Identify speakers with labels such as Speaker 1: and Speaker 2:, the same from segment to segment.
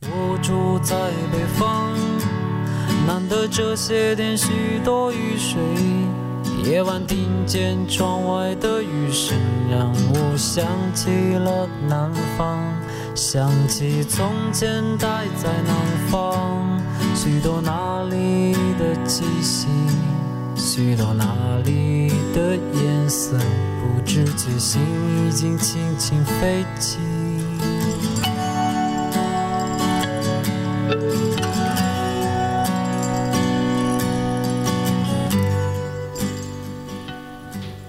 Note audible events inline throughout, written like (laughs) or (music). Speaker 1: 啊住在北方，难得这些天许多雨水。夜晚听见窗外的雨声，让我想起了南方，想起从前待在南方，许多那里的气息，许多那里的颜色，不知觉心已经轻轻飞起。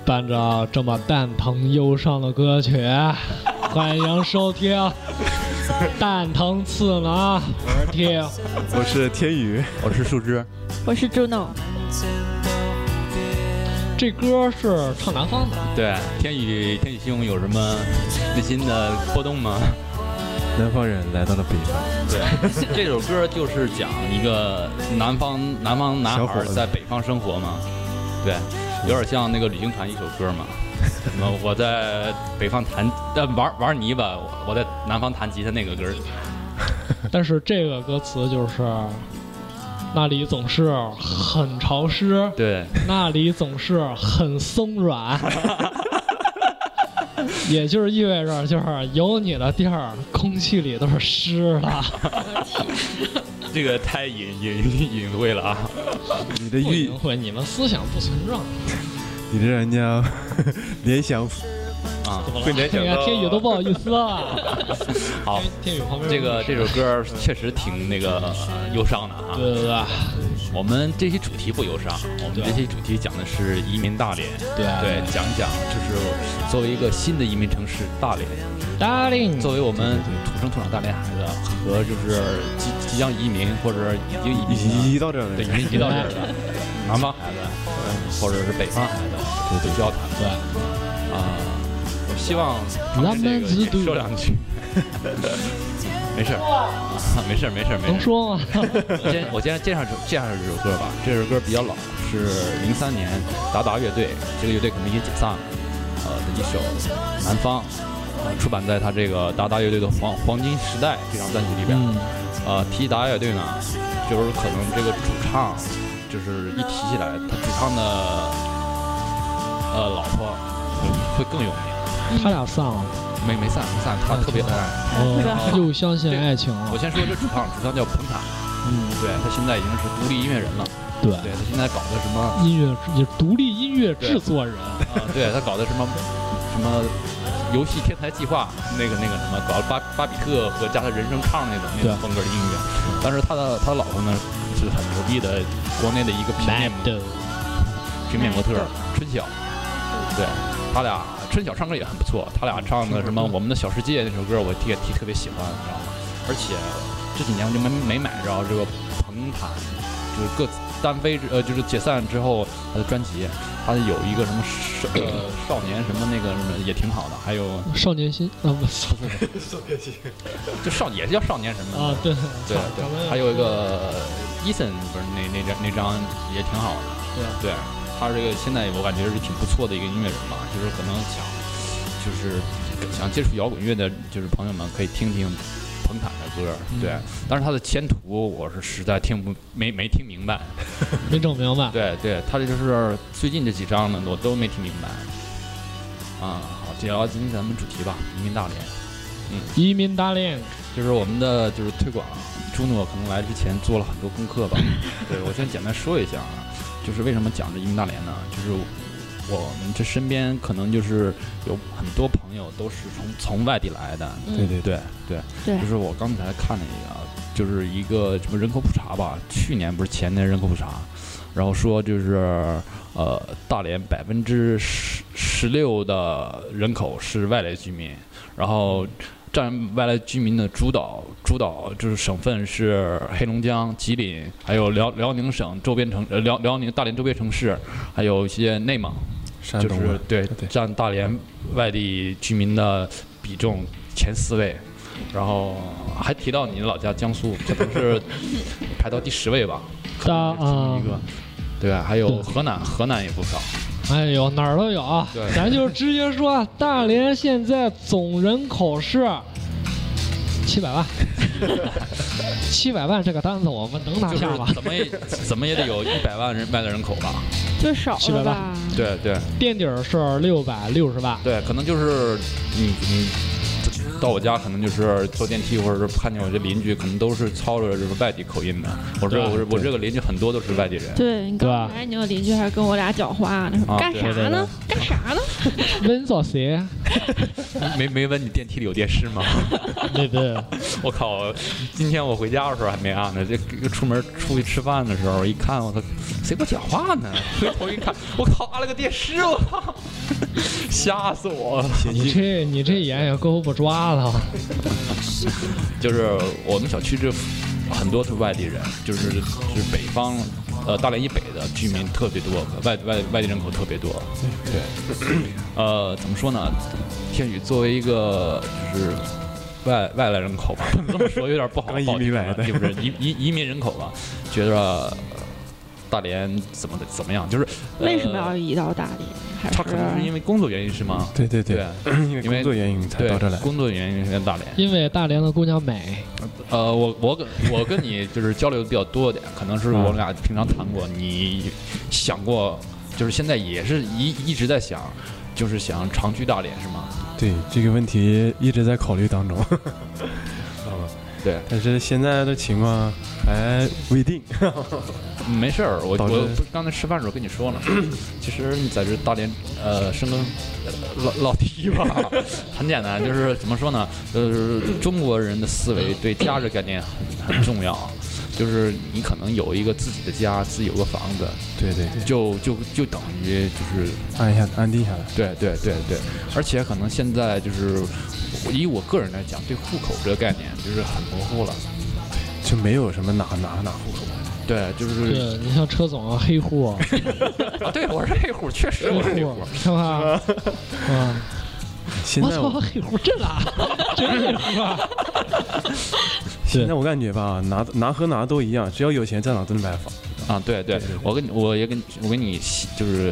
Speaker 2: 伴着这么蛋疼忧伤的歌曲， (laughs) 欢迎收听《蛋疼刺挠》，我是 T，
Speaker 3: 我是天宇，
Speaker 4: 我是树枝，
Speaker 5: 我是 Juno。
Speaker 2: 这歌是唱南方的，
Speaker 4: 对，天宇天宇兄有什么内心的波动
Speaker 2: (laughs)
Speaker 4: 吗？
Speaker 3: 南方人来到了北方，
Speaker 4: 对，这首歌就是讲一个南方南方男
Speaker 3: 小伙
Speaker 4: 孩
Speaker 3: 子
Speaker 4: 在北方生活嘛，对，有点像那个旅行团一首歌嘛。什么我在北方弹呃玩玩泥巴，我在南方弹吉他那个歌，
Speaker 2: 但是这个歌词就是那里总是很潮湿，
Speaker 4: 对，
Speaker 2: 那里总是很松软，也就是意味着就是有你的地儿，空气里都是湿的。
Speaker 4: 这个太隐隐隐晦了啊。
Speaker 3: 你的
Speaker 2: 不
Speaker 3: 欲
Speaker 2: 隐，晦，你们思想不纯正，
Speaker 3: 你这让人家 (laughs) 联想
Speaker 4: 啊，
Speaker 3: 会联
Speaker 2: 你
Speaker 3: 想
Speaker 2: 看
Speaker 3: 到
Speaker 2: 哎天宇都不好意思啊了。
Speaker 4: 好，
Speaker 2: 天宇旁边
Speaker 4: 这个这首歌确实挺那个呃忧伤的啊。
Speaker 2: 对对对
Speaker 4: 我们这期主题不忧伤，我们这期主题讲的是移民大连，
Speaker 2: 对
Speaker 4: 对，讲一讲就是作为一个新的移民城市大连，
Speaker 2: ，Darling，
Speaker 4: 作为我们土生土长大连孩子和就是即即将移民或者已经移民的
Speaker 3: 移移到这儿来
Speaker 4: 对，已经移到这儿的南方孩子，或者是北方孩子，都需要谈论啊。我希望他们这个也说两句，没事儿，啊没事儿，没事儿，没事
Speaker 2: 能
Speaker 4: 儿。
Speaker 2: 说吗？
Speaker 4: 我先我先介绍这介绍这首歌吧，这首歌比较老，是零三年达达乐队，这个乐队可能已经解散了，呃的一首《南方》，呃出版在他这个达达乐队的黄黄金时代这张专辑里边。呃，提起达达乐队呢，就是可能这个主唱，就是一提起来，他主唱的呃老婆会更有名，
Speaker 2: 他俩散了，
Speaker 4: 没没散没散，他特别恩爱。
Speaker 2: 哦又相信爱情
Speaker 4: 我
Speaker 2: 了。
Speaker 4: 先说这主唱，主唱叫彭坦，
Speaker 2: 嗯，
Speaker 4: 对他现在已经是独立音乐人了，
Speaker 2: 对，
Speaker 4: 对他现在搞的什么？
Speaker 2: 音乐也独立音乐制作人，
Speaker 4: 啊，对他搞的什么什么游戏天才计划，那个那个什么，搞巴巴比特和加他人声唱那种那种
Speaker 2: 对
Speaker 4: 风格的音乐。但是他的他的老婆呢是很牛逼的，国内的一个平面模
Speaker 2: 的，
Speaker 4: 平面模特儿春晓，对他俩春晓唱歌也很不错，他俩唱的什么《我们的小世界》那首歌，我特特特别喜欢，你知道吗？而且这几年我就没没买着这个彭坦，就是各自单飞之呃就是解散之后他的专辑，他有一个什么少呃少年什么那个什么也挺好的，还有
Speaker 2: 少年心啊不是
Speaker 4: 就少也叫少年什么的
Speaker 2: 啊，对
Speaker 4: 对对，还有一个 Eason 不是那那张那张也挺好的，对，他这个现在我感觉是挺不错的一个音乐人吧，就是可能想就是想接触摇滚乐的，就是朋友们可以听听彭坦的歌，对，但是他的前途我是实在听不没没听明白，
Speaker 2: 没整明白。
Speaker 4: 对对，他这就是最近这几张呢，我都没听明白。啊、好，这聊今天咱们主题吧，移民大连。
Speaker 2: 移民 Darling，
Speaker 4: 就是我们的就是推广，朱诺可能来之前做了很多功课吧。对我先简单说一下啊，就是为什么讲这移民大连呢？就是我们这身边可能就是有很多朋友都是从从外地来的，
Speaker 3: 对对对，
Speaker 4: 对对
Speaker 5: 对
Speaker 4: 就是我刚才看了一个啊，就是一个什么人口普查吧，去年不是前年人口普查，然后说就是呃，大连百分之十十六的人口是外来居民，然后占外来居民的主导主导就是省份是黑龙江、吉林，还有辽辽宁省周边城呃辽辽宁大连周边城市，还有一些内蒙。
Speaker 3: 山
Speaker 4: 就
Speaker 3: 东
Speaker 4: 是
Speaker 3: 嘛
Speaker 4: 对
Speaker 3: 对
Speaker 4: 占大连外地居民的比重前四位，然后还提到你老家江苏，可能是排到第十位吧，
Speaker 2: 大
Speaker 4: 这么
Speaker 2: 啊
Speaker 4: 一，个，对吧？还有
Speaker 2: 对
Speaker 4: 河南，河南也不少，
Speaker 2: 哎呦哪儿都有啊
Speaker 4: 对，
Speaker 2: 咱就直接说，大连现在总人口是七百万，七百万这个单子我们能拿
Speaker 4: 就是
Speaker 2: 下吗？
Speaker 4: 怎么也怎么也得有一百万人外来人口吧？
Speaker 5: 就少
Speaker 2: 700
Speaker 5: 了
Speaker 2: 万
Speaker 5: 吧？
Speaker 4: 对对
Speaker 2: 垫底儿是六百六十万，
Speaker 4: 对，可能就是你你到我家，可能就是坐电梯，或者是看见我这邻居，可能都是操着这个外地口音的。我这
Speaker 2: 对
Speaker 4: 我这我这个邻居很多都是外地人。
Speaker 5: 对你
Speaker 2: 对
Speaker 5: 刚
Speaker 2: 吧
Speaker 5: 来，你有邻居还跟我俩讲话呢，
Speaker 4: 啊
Speaker 5: 干
Speaker 4: 对
Speaker 5: 啥
Speaker 4: 对
Speaker 5: 呢？干啥呢？
Speaker 2: 温索鞋，
Speaker 4: 没没问你电梯里有电视吗？
Speaker 2: 对不对？
Speaker 4: (laughs) 我靠！今天我回家的时候还没按呢，这这出门出去吃饭的时候一看，我操，谁给我讲话呢？回头一看，我靠，按了个电视，我操， (laughs) 吓死我了！
Speaker 2: 你这你这眼也够不抓的，
Speaker 4: 就是我们小区这很多是外地人，就是就是北方，呃，大连以北的居民特别多，外外外地人口特别多。对，呃，怎么说呢？天宇作为一个就是外外来人口吧， (laughs) 不能这么说有点不好，
Speaker 3: 刚移
Speaker 4: 不好听
Speaker 3: 民来的
Speaker 4: 是不是移移移民人口吧？觉得呃大连怎么的怎么样？就是、呃
Speaker 5: 为什么要移到大连？还
Speaker 4: 他可能是因为工作原因是吗？啊
Speaker 3: 对对对，因为
Speaker 4: 因
Speaker 3: 工
Speaker 4: 为
Speaker 3: 作原因才
Speaker 4: 对
Speaker 3: 到这来。
Speaker 4: 工作原因是在大连。
Speaker 2: 因为大连的姑娘美，
Speaker 4: 呃，我我跟我跟你就是交流的比较多点，可能是我们俩平常谈过。你想过，就是现在也是一一直在想，就是想长居大连是吗？
Speaker 3: 对这个问题一直在考虑当中，
Speaker 4: 对，
Speaker 3: (laughs) 但是现在的情况还未定。
Speaker 4: 嗯没事儿，我
Speaker 3: 导致
Speaker 4: 我不是刚才吃饭的时候跟你说了，其实你在这大连呃深耕呃老老堤吧，很简单，就是怎么说呢？呃，中国人的思维对家这概念很很重要，就是你可能有一个自己的家，自己有个房子，
Speaker 3: 对对对，
Speaker 4: 就就就等于就是
Speaker 3: 按一下安定下来。
Speaker 4: 对对对对，而且可能现在就是我以我个人来讲，对户口这个概念就是很模糊了。
Speaker 3: 就没有什么哪哪哪户口，
Speaker 4: 对，就是
Speaker 2: 对你像车总啊，黑户啊，
Speaker 4: 啊，对我是黑户，确实
Speaker 2: 黑
Speaker 4: 我是 (laughs) 黑户
Speaker 2: 户，，是
Speaker 4: (laughs)
Speaker 2: 吧？嗯，
Speaker 3: 现
Speaker 2: 我
Speaker 3: 在 (laughs)
Speaker 2: 操，
Speaker 3: 我
Speaker 2: 黑户真
Speaker 4: (laughs)
Speaker 2: 啊，真黑户啊！
Speaker 3: 现在我感觉吧，哪哪和哪都一样，只要有钱在哪都能买房。
Speaker 4: 啊，对对，我跟你我也跟我跟你就是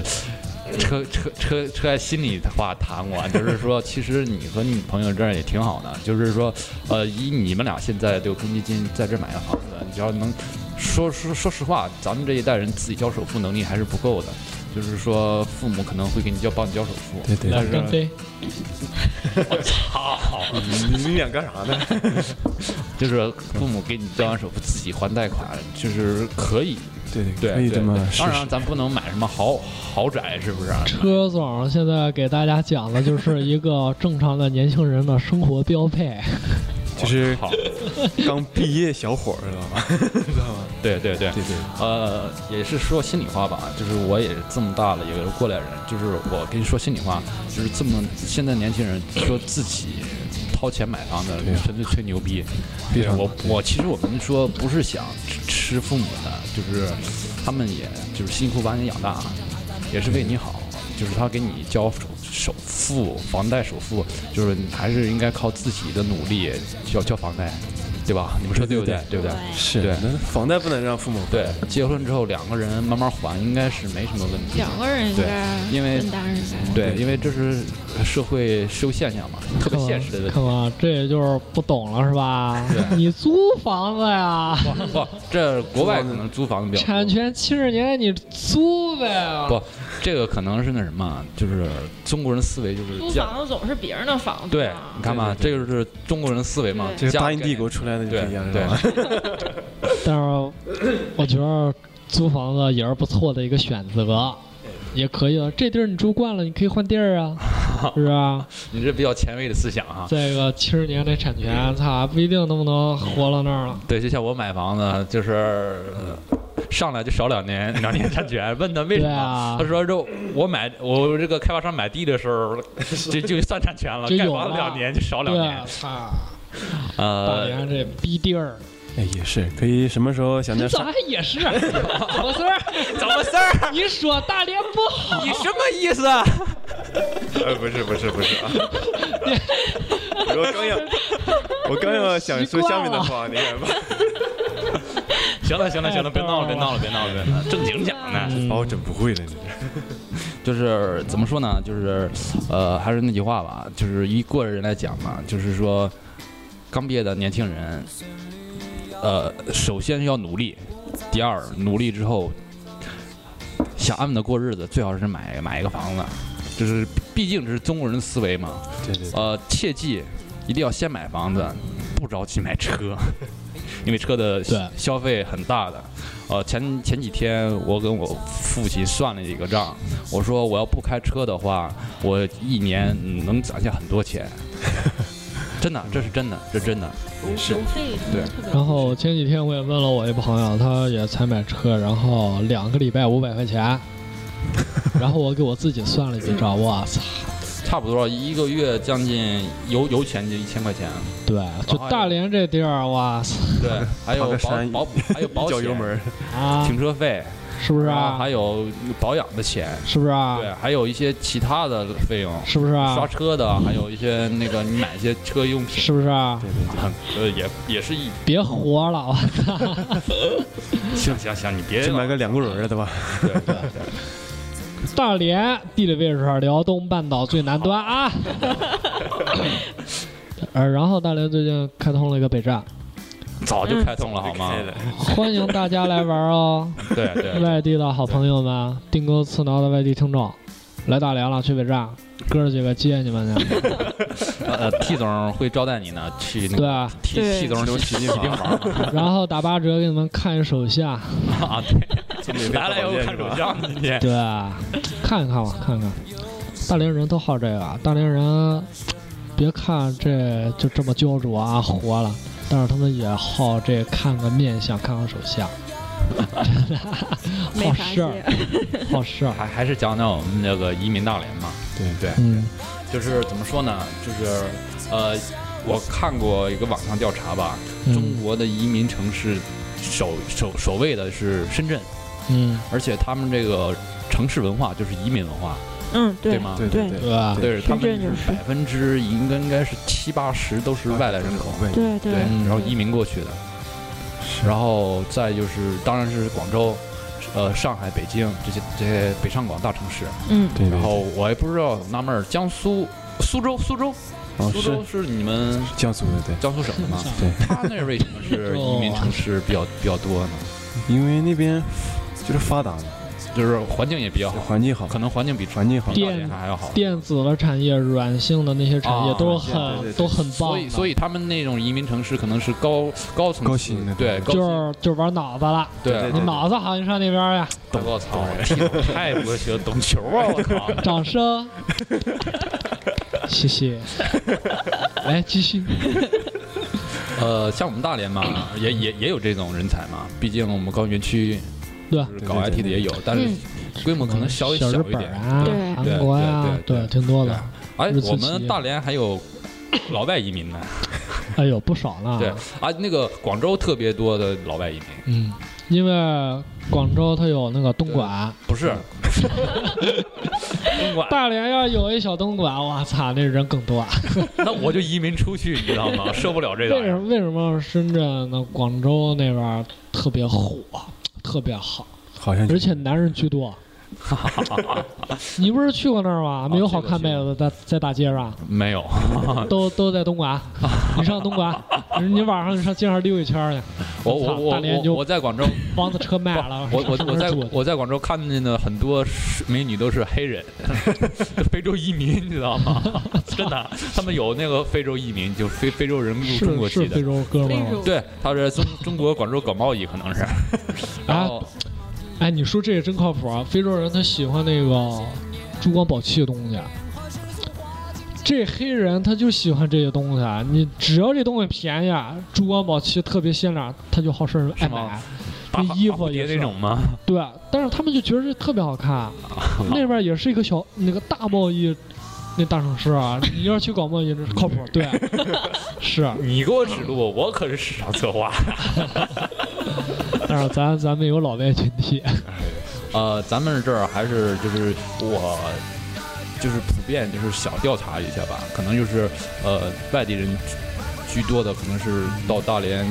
Speaker 4: 车车车车在心里的话谈过，就是说，其实你和你朋友这儿也挺好的，就是说，呃，以你们俩现在这个公积金在这儿买个房子，你只要能说说说实话，咱们这一代人自己交首付能力还是不够的。就是说，父母可能会给你交帮你交首付，
Speaker 3: 对对
Speaker 2: 来
Speaker 4: 但
Speaker 3: 对，
Speaker 4: 是
Speaker 2: 干杯！
Speaker 3: 你你俩干啥呢？
Speaker 4: 就是父母给你交完首付，自己还贷款，就是可以，
Speaker 3: (laughs) 对对，
Speaker 4: 对
Speaker 3: 可以
Speaker 4: 对
Speaker 3: 这么
Speaker 4: 对
Speaker 3: 试
Speaker 4: 当
Speaker 3: 试
Speaker 4: 然，。咱不能买什么豪豪宅，是不是啊？
Speaker 2: 车总现在给大家讲的就是一个正常的年轻人的生活标配。
Speaker 3: 就是
Speaker 4: 好，
Speaker 3: (laughs) 刚毕业小伙儿，知道吧？
Speaker 4: 对对对，
Speaker 3: 对对，
Speaker 4: 呃，也是说心里话吧，就是我也这么大了，也是过来人，就是我跟你说心里话，就是这么现在年轻人说自己掏钱买房子
Speaker 3: 对啊，
Speaker 4: 纯粹吹牛逼。
Speaker 3: 非常
Speaker 4: 我我其实我们说不是想吃吃父母的，就是他们也就是辛苦把你养大，也是为你好，就是他给你交首首付、房贷首付，就是你还是应该靠自己的努力交交房贷，对吧？你们说对不对？对不对？
Speaker 3: 是
Speaker 4: 对
Speaker 3: 那房贷不能让父母
Speaker 4: 对，结婚之后两个人慢慢还，应该是没什么问题。
Speaker 5: 两个人应
Speaker 4: 对
Speaker 5: 该
Speaker 4: 因为
Speaker 5: 分担应该。
Speaker 4: 对，因为这是社会社会现象嘛，特别现实的问题
Speaker 2: 看。吧，这也就是不懂了是吧？
Speaker 4: 对
Speaker 2: 你租房子呀，
Speaker 4: (laughs) 不，这国外可能租房子比较
Speaker 2: 产
Speaker 4: 多。
Speaker 2: 权七十年你租呗。
Speaker 4: 不，这个可能是那什么，就是中国人思维就是
Speaker 5: 租
Speaker 4: 家。
Speaker 5: 房子总是别人的房子嘛，
Speaker 4: 对，你看嘛，这
Speaker 3: 对
Speaker 4: 个就是中国人思维嘛。
Speaker 3: 这
Speaker 5: 对
Speaker 3: 个
Speaker 4: 家
Speaker 3: 大英帝国出来的就
Speaker 4: 对
Speaker 3: 不一样，知道吧？ (laughs)
Speaker 4: 对， (laughs)
Speaker 2: 但是我觉得租房子也是不错的一个选择，
Speaker 4: 哎
Speaker 2: 也可以的。这地儿你住惯了，你可以换地儿
Speaker 4: (laughs)
Speaker 2: 啊，是啊。
Speaker 4: 你这比较前卫的思想啊哈。
Speaker 2: 这个七十年的产权，操，不一定能不能活到那儿了。
Speaker 4: 对，就像我买房子，就是呃上来就少两年两年产权，问他为什
Speaker 2: 对
Speaker 4: 么
Speaker 2: 啊，
Speaker 4: 他说这我买我这个开发商买地的时候就就算产权
Speaker 2: (laughs)
Speaker 4: 了，
Speaker 2: 就
Speaker 4: 盖
Speaker 2: 有
Speaker 4: 房
Speaker 2: 了
Speaker 4: 两年就少两
Speaker 2: 对
Speaker 4: 年
Speaker 2: 啊，，操，大
Speaker 4: 呃，
Speaker 2: 连这逼地儿，
Speaker 3: 哎，也是可以，什么时候想
Speaker 2: 你
Speaker 3: 在
Speaker 2: 怎
Speaker 3: 上
Speaker 2: 么还也
Speaker 4: (laughs)
Speaker 2: 是？我孙儿，
Speaker 4: 怎么事儿？
Speaker 2: (laughs) 你说大连不
Speaker 4: (laughs)
Speaker 2: 好， (laughs)
Speaker 4: 你什么意思？啊？
Speaker 3: 呃，不是不是不是啊！ (laughs) 我刚要，我刚要想说下面的话，你看吧，
Speaker 4: 行了行了行了，别
Speaker 2: 哎
Speaker 4: 闹了别闹了别闹了别闹了，正经讲
Speaker 2: 嗯
Speaker 3: (laughs)
Speaker 4: 呢。
Speaker 3: 把我整不会了，你这
Speaker 4: 就是怎么说呢？就是呃，还是那句话吧，就是一过来人来讲嘛，就是说刚毕业的年轻人，呃，首先要努力，第二努力之后，想安稳的过日子，最好是买买一个房子，就是毕竟这是中国人的思维嘛，
Speaker 3: 对对，
Speaker 4: 呃，切记一定要先买房子，不着急买车， (laughs) 因为车的
Speaker 2: 对
Speaker 4: 消费很大的。呃，前前几天我跟我父亲算了一个账，我说我要不开车的话，我一年能攒下很多钱。真的，这是真的，这真的。
Speaker 3: 是
Speaker 5: 油费什么
Speaker 4: 对
Speaker 5: 特别
Speaker 2: 然后前几天我也问了我一朋友，他也才买车，然后两个礼拜五百块
Speaker 4: (laughs)
Speaker 2: 钱，然后我给我自己算了几账，我操，
Speaker 4: 差不多一个月将近油油钱就一千块钱，
Speaker 2: 对，就
Speaker 4: 还有
Speaker 2: 大连这地儿，哇塞
Speaker 4: 对，
Speaker 3: (laughs)
Speaker 4: 还有
Speaker 3: 跑个
Speaker 4: 保
Speaker 3: 山
Speaker 4: 保
Speaker 3: (laughs)
Speaker 4: 还有保
Speaker 3: 一脚
Speaker 4: 险、
Speaker 3: 油门儿，
Speaker 2: 啊，
Speaker 4: 停车费，
Speaker 2: 是不是
Speaker 4: 然后
Speaker 2: 啊
Speaker 4: 还？有保养的钱，
Speaker 2: 是不是啊？
Speaker 4: 对，还有一些其他的费用，
Speaker 2: 是不是
Speaker 4: 刷
Speaker 2: 啊？
Speaker 4: 车的，还有一些那个你买一些车用
Speaker 2: (laughs)
Speaker 4: 品，
Speaker 2: 是不是啊？
Speaker 3: 对对对，
Speaker 4: 呃，也也是一
Speaker 2: 别活了，啊我
Speaker 4: 行行行，你别
Speaker 3: 去买个两个轮儿的吧，
Speaker 4: 对对对，
Speaker 2: 大连地理位置辽东半岛最南端啊。
Speaker 4: (laughs)
Speaker 2: 呃，然后大连最近开通了一个北站，
Speaker 4: 早就开
Speaker 3: 啊
Speaker 4: 通了好吗
Speaker 3: 开？了
Speaker 2: 欢迎大家来玩哦，
Speaker 4: 对对，
Speaker 2: 外地的好朋友们，订购刺挠的外地听众，来大连了，去北站，哥儿几个接你们
Speaker 4: (laughs)
Speaker 2: 去。
Speaker 4: 呃，T 总会招待你呢，去
Speaker 2: 对
Speaker 4: 那个
Speaker 2: 啊，
Speaker 4: T
Speaker 5: 对
Speaker 4: T 总留喜金房
Speaker 2: 然后打八折给你们看一手相，
Speaker 4: 啊，对，
Speaker 3: 就免费
Speaker 4: 来来
Speaker 3: 保
Speaker 4: 又
Speaker 3: 健
Speaker 4: 看
Speaker 3: 是吧
Speaker 4: 手相，今天
Speaker 2: 对，看看吧，看看。大连人都好这个，大连人，别看这就这么焦灼啊，活了，但是他们也好这看个面相，看看手相，
Speaker 5: 没
Speaker 2: 好
Speaker 5: 法
Speaker 2: 事儿，
Speaker 5: 接，
Speaker 2: 好事儿。
Speaker 4: 还还是讲讲我们那个移民大连嘛，
Speaker 3: 对
Speaker 4: 对，
Speaker 2: 嗯，
Speaker 4: 就是怎么说呢，就是呃，我看过一个网上调查吧，中
Speaker 2: 嗯
Speaker 4: 国的移民城市首首首位的是深圳。
Speaker 2: 嗯，
Speaker 4: 而且他们这个城市文化就是移民文化，
Speaker 5: 嗯，对，
Speaker 4: 吗？
Speaker 3: 对对
Speaker 5: 对
Speaker 2: 对吧？
Speaker 4: 对，他
Speaker 5: 深
Speaker 4: 们
Speaker 5: 圳就
Speaker 4: 百
Speaker 5: 是，
Speaker 4: 分之应该应该是七八十都
Speaker 3: 啊
Speaker 4: 是外来人口，
Speaker 3: 对
Speaker 5: 对
Speaker 4: 对，
Speaker 5: 对，
Speaker 3: 嗯
Speaker 4: 然后移民过去的，然后再就是当然是广州。呃，上海、北京这些这些北上广大城市，
Speaker 5: 嗯，
Speaker 3: 对，
Speaker 4: 然后我也不知道，纳闷儿，江苏、苏州、苏州、
Speaker 3: 哦
Speaker 4: 苏
Speaker 3: 是
Speaker 4: 州是你们
Speaker 3: 江苏的对。
Speaker 4: 江苏省的吗？他那儿为什么
Speaker 3: (laughs) 哦
Speaker 4: 是移民城市比较比较多呢？
Speaker 3: 因为那边就是发达嘛，
Speaker 4: 就是环境也比较好，
Speaker 3: 环境好，
Speaker 4: 可能环境比比
Speaker 3: 环境好，
Speaker 4: 大连还要好。
Speaker 2: 电子的产业、软性的那些产业
Speaker 4: 啊
Speaker 2: 都
Speaker 3: 对对
Speaker 2: 很
Speaker 3: 对
Speaker 2: 都很棒
Speaker 4: 所以，
Speaker 2: 的
Speaker 4: 所以他们那种移民城市可能是高高层次
Speaker 3: 高薪的
Speaker 4: 对，
Speaker 3: 对
Speaker 4: 高
Speaker 2: 就
Speaker 4: 薪，
Speaker 2: 是就是玩脑子了，
Speaker 4: 对
Speaker 2: 你
Speaker 3: 对
Speaker 2: 脑子好，你上那边呀！
Speaker 4: 大哥，我操，我踢 (laughs) 得太不行，懂球啊，我靠！
Speaker 2: 掌声，谢谢。来继续，
Speaker 4: (laughs) 呃，像我们大连 (coughs) 嘛，也也也有这种人才嘛，毕竟我们高原区
Speaker 2: 对吧
Speaker 4: 就？是搞 IT 的也有，但是
Speaker 5: 嗯
Speaker 4: 规模可能稍微
Speaker 2: 小
Speaker 4: 小
Speaker 2: 日
Speaker 4: 一
Speaker 2: 本
Speaker 4: 点。
Speaker 2: 啊
Speaker 5: 对对，
Speaker 2: 韩国呀，
Speaker 4: 对
Speaker 2: 对，
Speaker 4: 对
Speaker 2: 挺多的。
Speaker 4: 哎
Speaker 2: 日，资
Speaker 4: 我
Speaker 2: 企业
Speaker 4: 们大连还有 (coughs) 老外移民呢，
Speaker 2: 哎呦，不少呢。
Speaker 4: 对啊，那个广州特别多的老外移民，
Speaker 2: 嗯，因为广州它有那个东莞，
Speaker 4: 不是东莞，
Speaker 2: 大连要有一小东莞，我操，那人更多。啊
Speaker 4: 那我就移民出去，你知道吗？受不了
Speaker 2: 嗯
Speaker 4: 这
Speaker 2: (laughs) 为什
Speaker 4: 个。
Speaker 2: 么为什么深圳呢？广州那边儿特别火，特别好，
Speaker 3: 好像
Speaker 2: 而且男人居
Speaker 4: (laughs)
Speaker 2: 多。你不是去过那儿吗？没有好看妹
Speaker 4: 哦
Speaker 2: 子在在大街上，
Speaker 4: 没有，啊
Speaker 2: 都都在东莞。你上东莞，你晚上你上街上溜一圈儿去，
Speaker 4: 我
Speaker 2: 操
Speaker 4: 我
Speaker 2: 大
Speaker 4: 我
Speaker 2: 连
Speaker 4: 我
Speaker 2: 就
Speaker 4: 我在广州，
Speaker 2: 房子车卖了，
Speaker 4: (laughs) 我我
Speaker 2: 上那
Speaker 4: 我
Speaker 2: 儿 (laughs)
Speaker 4: 在
Speaker 2: 住去
Speaker 4: 我在广州看见的很多是美女都是黑人， (laughs) 非洲移民，你知道吗？ (laughs) 真的，他们有那个非洲移民，就非非洲人入中国
Speaker 2: 是是
Speaker 4: 籍
Speaker 2: 非
Speaker 4: 的。
Speaker 2: 洲哥们儿吗。
Speaker 4: 对，他是中中国广州搞贸易，可能
Speaker 2: 啊
Speaker 4: 是。然后
Speaker 2: 哎，你说这也真靠谱啊！非洲人他喜欢那个珠光宝气的东西，啊这黑人他就喜欢这些东西。啊，你只要这东西便宜，啊，珠光宝气特别鲜亮，他就好事爱
Speaker 4: 是吗
Speaker 2: 买。
Speaker 4: 打
Speaker 2: 那衣服
Speaker 4: 蝴蝶
Speaker 2: 也是
Speaker 4: 那种吗？
Speaker 2: 对，啊但是他们就觉得这特别好
Speaker 4: (laughs)
Speaker 2: 看。那边也是一个小那个大贸易那大城市
Speaker 4: (laughs)
Speaker 2: 啊，你要是去搞贸易这是靠谱。对，啊是。啊
Speaker 4: 你给我指路，我可是市场策划。
Speaker 2: 但是咱咱们有老外群
Speaker 4: (laughs)
Speaker 2: 体，
Speaker 4: 呃，咱们这儿还是就是我就是普遍就是小调查一下吧，可能就是呃外地人居居多的，可能是到大连，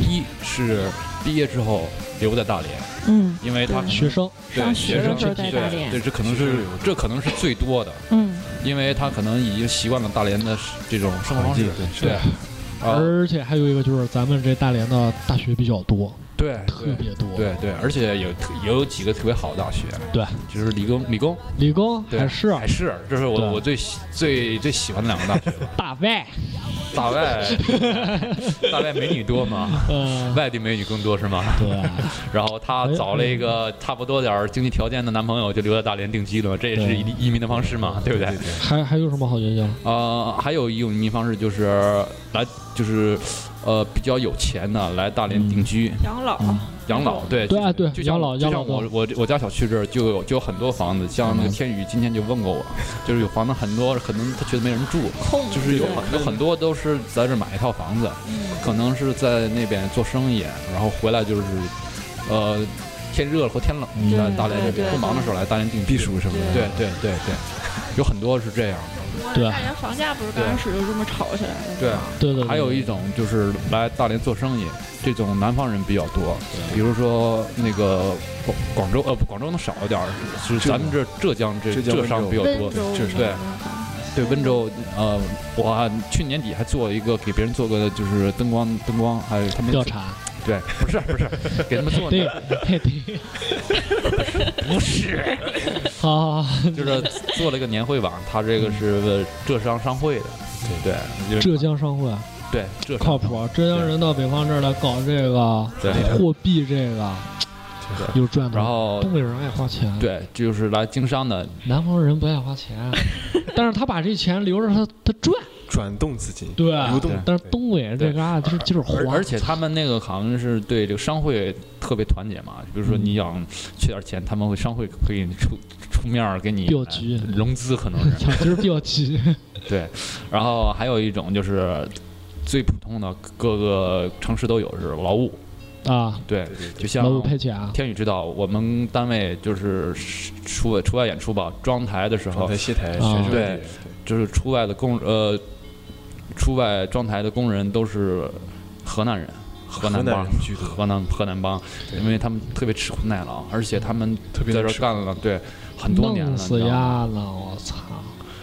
Speaker 4: 一是毕业之后留在大连，
Speaker 5: 嗯
Speaker 4: 因为他
Speaker 5: 对
Speaker 2: 学生
Speaker 4: 对
Speaker 5: 上
Speaker 4: 学
Speaker 5: 学
Speaker 4: 生
Speaker 5: 的时候
Speaker 4: 群体
Speaker 5: 在大
Speaker 4: 对
Speaker 5: 连
Speaker 4: 对，这可能是这可能是最多的，
Speaker 5: 嗯，
Speaker 4: 因为他可能已经习惯了大连的这种生活
Speaker 3: 环
Speaker 4: 方式
Speaker 3: 境，对是
Speaker 4: 对
Speaker 3: 的。
Speaker 4: 啊
Speaker 2: 而且还有一个就是咱们这大连的大学比较多，
Speaker 4: 对
Speaker 2: 特别多。
Speaker 4: 对对，而且有特有几个特别好的大学，
Speaker 2: 对，
Speaker 4: 就是理工理工
Speaker 2: 理工
Speaker 4: 对
Speaker 2: 还是啊
Speaker 4: 海事，这是
Speaker 2: 对
Speaker 4: 我我最喜最最喜欢的两个大
Speaker 2: (laughs)
Speaker 4: 学吧。
Speaker 2: 大外，
Speaker 4: 大外大外美女
Speaker 2: (laughs)
Speaker 4: 多吗？
Speaker 2: 嗯，
Speaker 4: 外地美女更多是吗？
Speaker 2: 对，啊哎嗯
Speaker 4: 然后她找了一个差不多点儿经济条件的男朋友，就留在大连定居了嘛，这也是
Speaker 2: 对
Speaker 4: 移移民的方式嘛，对不对？
Speaker 2: 还还有什么好学校？
Speaker 4: 呃，还有一种移民方式就是来，就是呃比较有钱的来大连定居、
Speaker 5: 养老
Speaker 2: 嗯
Speaker 4: 养老，对
Speaker 2: 对
Speaker 4: 就
Speaker 2: 啊对
Speaker 4: 就
Speaker 2: 养
Speaker 4: 像
Speaker 2: 老
Speaker 4: 就
Speaker 2: 养
Speaker 4: 像
Speaker 2: 老
Speaker 4: 我我我家小区这儿就有就有很多房子，像那个
Speaker 2: 嗯
Speaker 4: 天宇今天就问过我，就是有房子很多，可能他觉得没人住，
Speaker 5: 空
Speaker 4: 就是有很有很多都是在这儿买一套房子，
Speaker 5: 嗯
Speaker 4: 可能是在那边做生意，然后回来就是呃天热了或天冷
Speaker 5: 对
Speaker 4: 在大连这边
Speaker 5: 对
Speaker 4: 不忙的时候来大连定
Speaker 3: 嗯
Speaker 4: 居
Speaker 3: 避暑什么的。
Speaker 4: 对对对对，有很多是这样的。
Speaker 2: 对
Speaker 5: 大连房价不是刚开始就这么炒起来的吗？
Speaker 4: 对
Speaker 2: 对对，
Speaker 3: 嗯
Speaker 2: 对
Speaker 4: 还有一种就是来大连做生意，这种南方人比较多，比如说那个广广州，呃，不，广州能少一点儿，是
Speaker 3: 浙
Speaker 4: 咱们这浙江这
Speaker 3: 浙江
Speaker 4: 浙商比较多
Speaker 5: 温，州
Speaker 3: 就是
Speaker 4: 对对温州，呃，我还去年底还做一个给别人做个就是灯光灯光，还有他们
Speaker 2: 调，查，
Speaker 4: 对，不是不是，给他们做
Speaker 2: 对
Speaker 4: 那
Speaker 2: 对
Speaker 4: (laughs)
Speaker 2: 对，
Speaker 4: 不是，
Speaker 2: 好好好，
Speaker 4: 就是做了一个年会网，他这个是浙商商会的，对对，
Speaker 2: 浙江商会
Speaker 4: 对浙商
Speaker 2: 靠谱啊，浙江人到北方这儿来搞这个
Speaker 4: 对，
Speaker 2: 货币，这个有赚头。
Speaker 4: 然后
Speaker 2: 东北人爱花钱，
Speaker 4: 对就是来经商的，
Speaker 2: 南方人不爱花钱，
Speaker 4: (laughs)
Speaker 2: 但是他把这钱留着他他赚，
Speaker 3: 转动资金，
Speaker 2: 对。
Speaker 3: 流动。
Speaker 2: 但是东北这嘎达就是就是
Speaker 4: 而
Speaker 2: 花，
Speaker 4: 而且他们那个好像是对这个商会特别团结嘛，比如说
Speaker 2: 嗯
Speaker 4: 你想缺点钱，他们会商会可以出出面儿给你
Speaker 2: 调集
Speaker 4: 呃融资，可能是
Speaker 2: 小鸡儿掉漆，
Speaker 4: 对。然后还有一种就是最普通的，各个城市都有是劳务，
Speaker 2: 啊，
Speaker 4: 对，
Speaker 3: 对对对
Speaker 4: 就像
Speaker 2: 老五拍钱啊，
Speaker 4: 天宇知道，我们单位就是出外出外演出吧，装台的时
Speaker 3: 后
Speaker 4: 候
Speaker 3: 台、戏台、
Speaker 2: 啊
Speaker 3: 选手
Speaker 4: 对就是出外的工呃，出外装台的工人都是河南人，河
Speaker 3: 河
Speaker 4: 南
Speaker 3: 南
Speaker 4: 帮
Speaker 3: 人。居多，
Speaker 4: 河南河南帮，
Speaker 3: 对
Speaker 4: 因为他们特别吃苦耐劳，而且他们
Speaker 3: 特别
Speaker 4: 在
Speaker 3: 能
Speaker 4: 这儿
Speaker 3: 吃
Speaker 4: 干了对很多年了，
Speaker 2: 弄
Speaker 4: 你
Speaker 2: 死
Speaker 4: 知道吗
Speaker 2: 丫了，我操！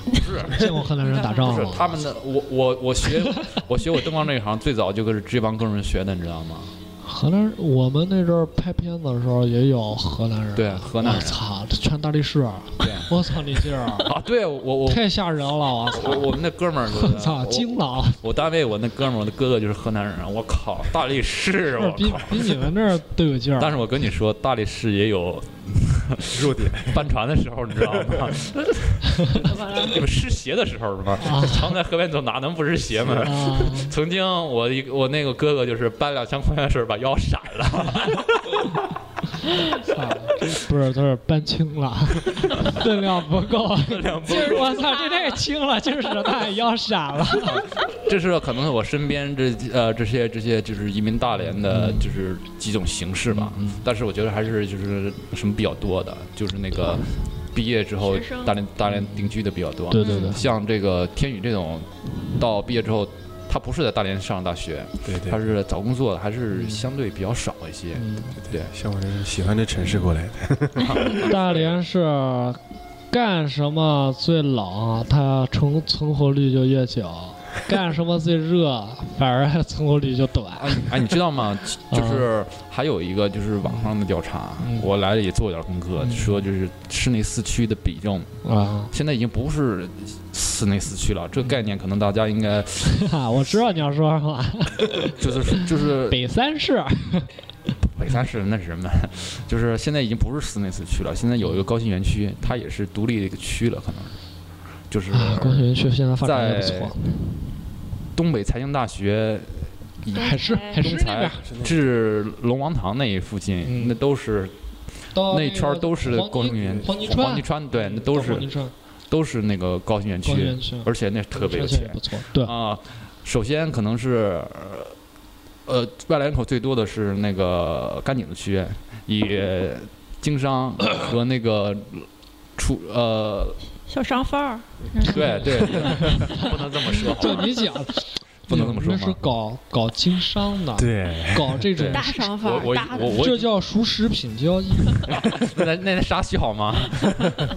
Speaker 4: 不是
Speaker 2: 见过河南人打
Speaker 4: (laughs)
Speaker 2: 仗
Speaker 4: 不是
Speaker 2: 吗？
Speaker 4: 他们的，我我我学我学我灯光这一行最早就跟这帮工人学的，你知道吗？
Speaker 2: 河南人，我们那阵儿拍片子的时候也有河南人，
Speaker 4: 对河南人
Speaker 2: 我操，这全大力士，啊
Speaker 4: 对
Speaker 2: 我操那劲儿，
Speaker 4: 啊，对我我
Speaker 2: (laughs)
Speaker 4: 我
Speaker 2: 太吓人了，我操！
Speaker 4: 我我们那哥们儿就是，
Speaker 2: 我操，惊了啊！
Speaker 4: 我单位我那哥们儿，我的哥哥就是河南人，啊我靠，大
Speaker 2: (laughs)
Speaker 4: 力士，我
Speaker 2: 比
Speaker 4: 靠。
Speaker 2: 比你们那儿都有劲儿。
Speaker 4: 但是我跟你说，大力士也有
Speaker 3: (laughs) 弱
Speaker 4: (laughs)
Speaker 3: 点。
Speaker 4: 搬船的时候，你知道吗？ (laughs)
Speaker 5: 嗯
Speaker 4: 你们湿鞋的时候是吗？
Speaker 2: 啊
Speaker 4: 常在河边走，哪能不湿鞋嘛？
Speaker 2: 啊，
Speaker 4: 曾经我一我那个哥哥就是搬两箱矿泉水把腰闪了， (laughs)
Speaker 2: 操，不是，他是搬轻了， (laughs) 分量不
Speaker 4: (laughs)
Speaker 2: 够。
Speaker 4: 两
Speaker 2: 劲儿，我操，这太轻了，劲儿使太腰闪了。
Speaker 4: 这是可能是我身边这呃这些这些就是移民大连
Speaker 2: 嗯
Speaker 4: 的，就是几种形式吧。但是我觉得还是就是什么比较多的，就是那个毕业之后
Speaker 5: 学生
Speaker 4: 大连大连定居的比较多。
Speaker 2: 对对对，
Speaker 4: 像这个天宇这种，到毕业之后，他不是在大连上大学，
Speaker 3: 对对
Speaker 4: 他是找工作的，还是相对比较少一些。
Speaker 2: 嗯，
Speaker 3: 对，像我这种喜欢这城市过来的，
Speaker 2: 大连是干什么最冷，它存存活率就越久； (laughs) 干什么最热，反而存活率就短。
Speaker 4: 哎哎，你知道吗？就是还有一个就是网上的调查
Speaker 2: 啊嗯，
Speaker 4: 我来了也做点功课，
Speaker 2: 嗯
Speaker 4: 说就是室内四驱的比重
Speaker 2: 啊，
Speaker 4: 现在已经不是室内四驱了，这个概念可能大家
Speaker 2: (laughs)
Speaker 4: 应该
Speaker 2: 哈， (laughs) 我知道你要说什么，
Speaker 4: 就是就是
Speaker 2: 北三市
Speaker 4: 北三市那是什么？ (laughs) 就是现在已经不是室内四驱了，现在有一个高新园区，它也是独立的一个区了，可能就是
Speaker 2: 啊，光学园区现在发展也不
Speaker 4: 在
Speaker 2: 错，
Speaker 4: 东北财经大学以
Speaker 2: 还是还
Speaker 5: 嗯
Speaker 2: 是
Speaker 4: 东
Speaker 2: 那
Speaker 4: 财
Speaker 2: 边
Speaker 4: 至龙王塘那一附近，
Speaker 2: 嗯
Speaker 4: 那都是
Speaker 2: 到
Speaker 4: 那圈儿都是高
Speaker 2: 黄
Speaker 4: 新园
Speaker 2: 泥黄泥
Speaker 4: 黄
Speaker 2: 川
Speaker 4: 泥，川，对，那都
Speaker 2: 到黄
Speaker 4: 是
Speaker 2: 泥川
Speaker 4: 都是那个高新园
Speaker 2: 光学
Speaker 4: 区
Speaker 2: 园，区，
Speaker 4: 而且那特别有
Speaker 2: 黄泥川现在
Speaker 4: 钱
Speaker 2: 也。不错，对，
Speaker 4: 啊、首先可能是，呃，外来人口最多的是那个甘井子区，以经商和那个出呃，
Speaker 5: 小商贩儿，
Speaker 4: 对对， (laughs) 不能这么说，
Speaker 2: 就你讲，
Speaker 4: (laughs) 不能这么说
Speaker 2: 你们是
Speaker 4: 吗？
Speaker 2: 搞搞经商的，
Speaker 3: 对，
Speaker 2: 搞这种
Speaker 4: 对
Speaker 5: 大商贩
Speaker 4: 我
Speaker 5: 儿，
Speaker 4: 我
Speaker 5: 大的
Speaker 4: 我我
Speaker 2: 这叫熟食品交易，
Speaker 4: 那那那啥许好吗？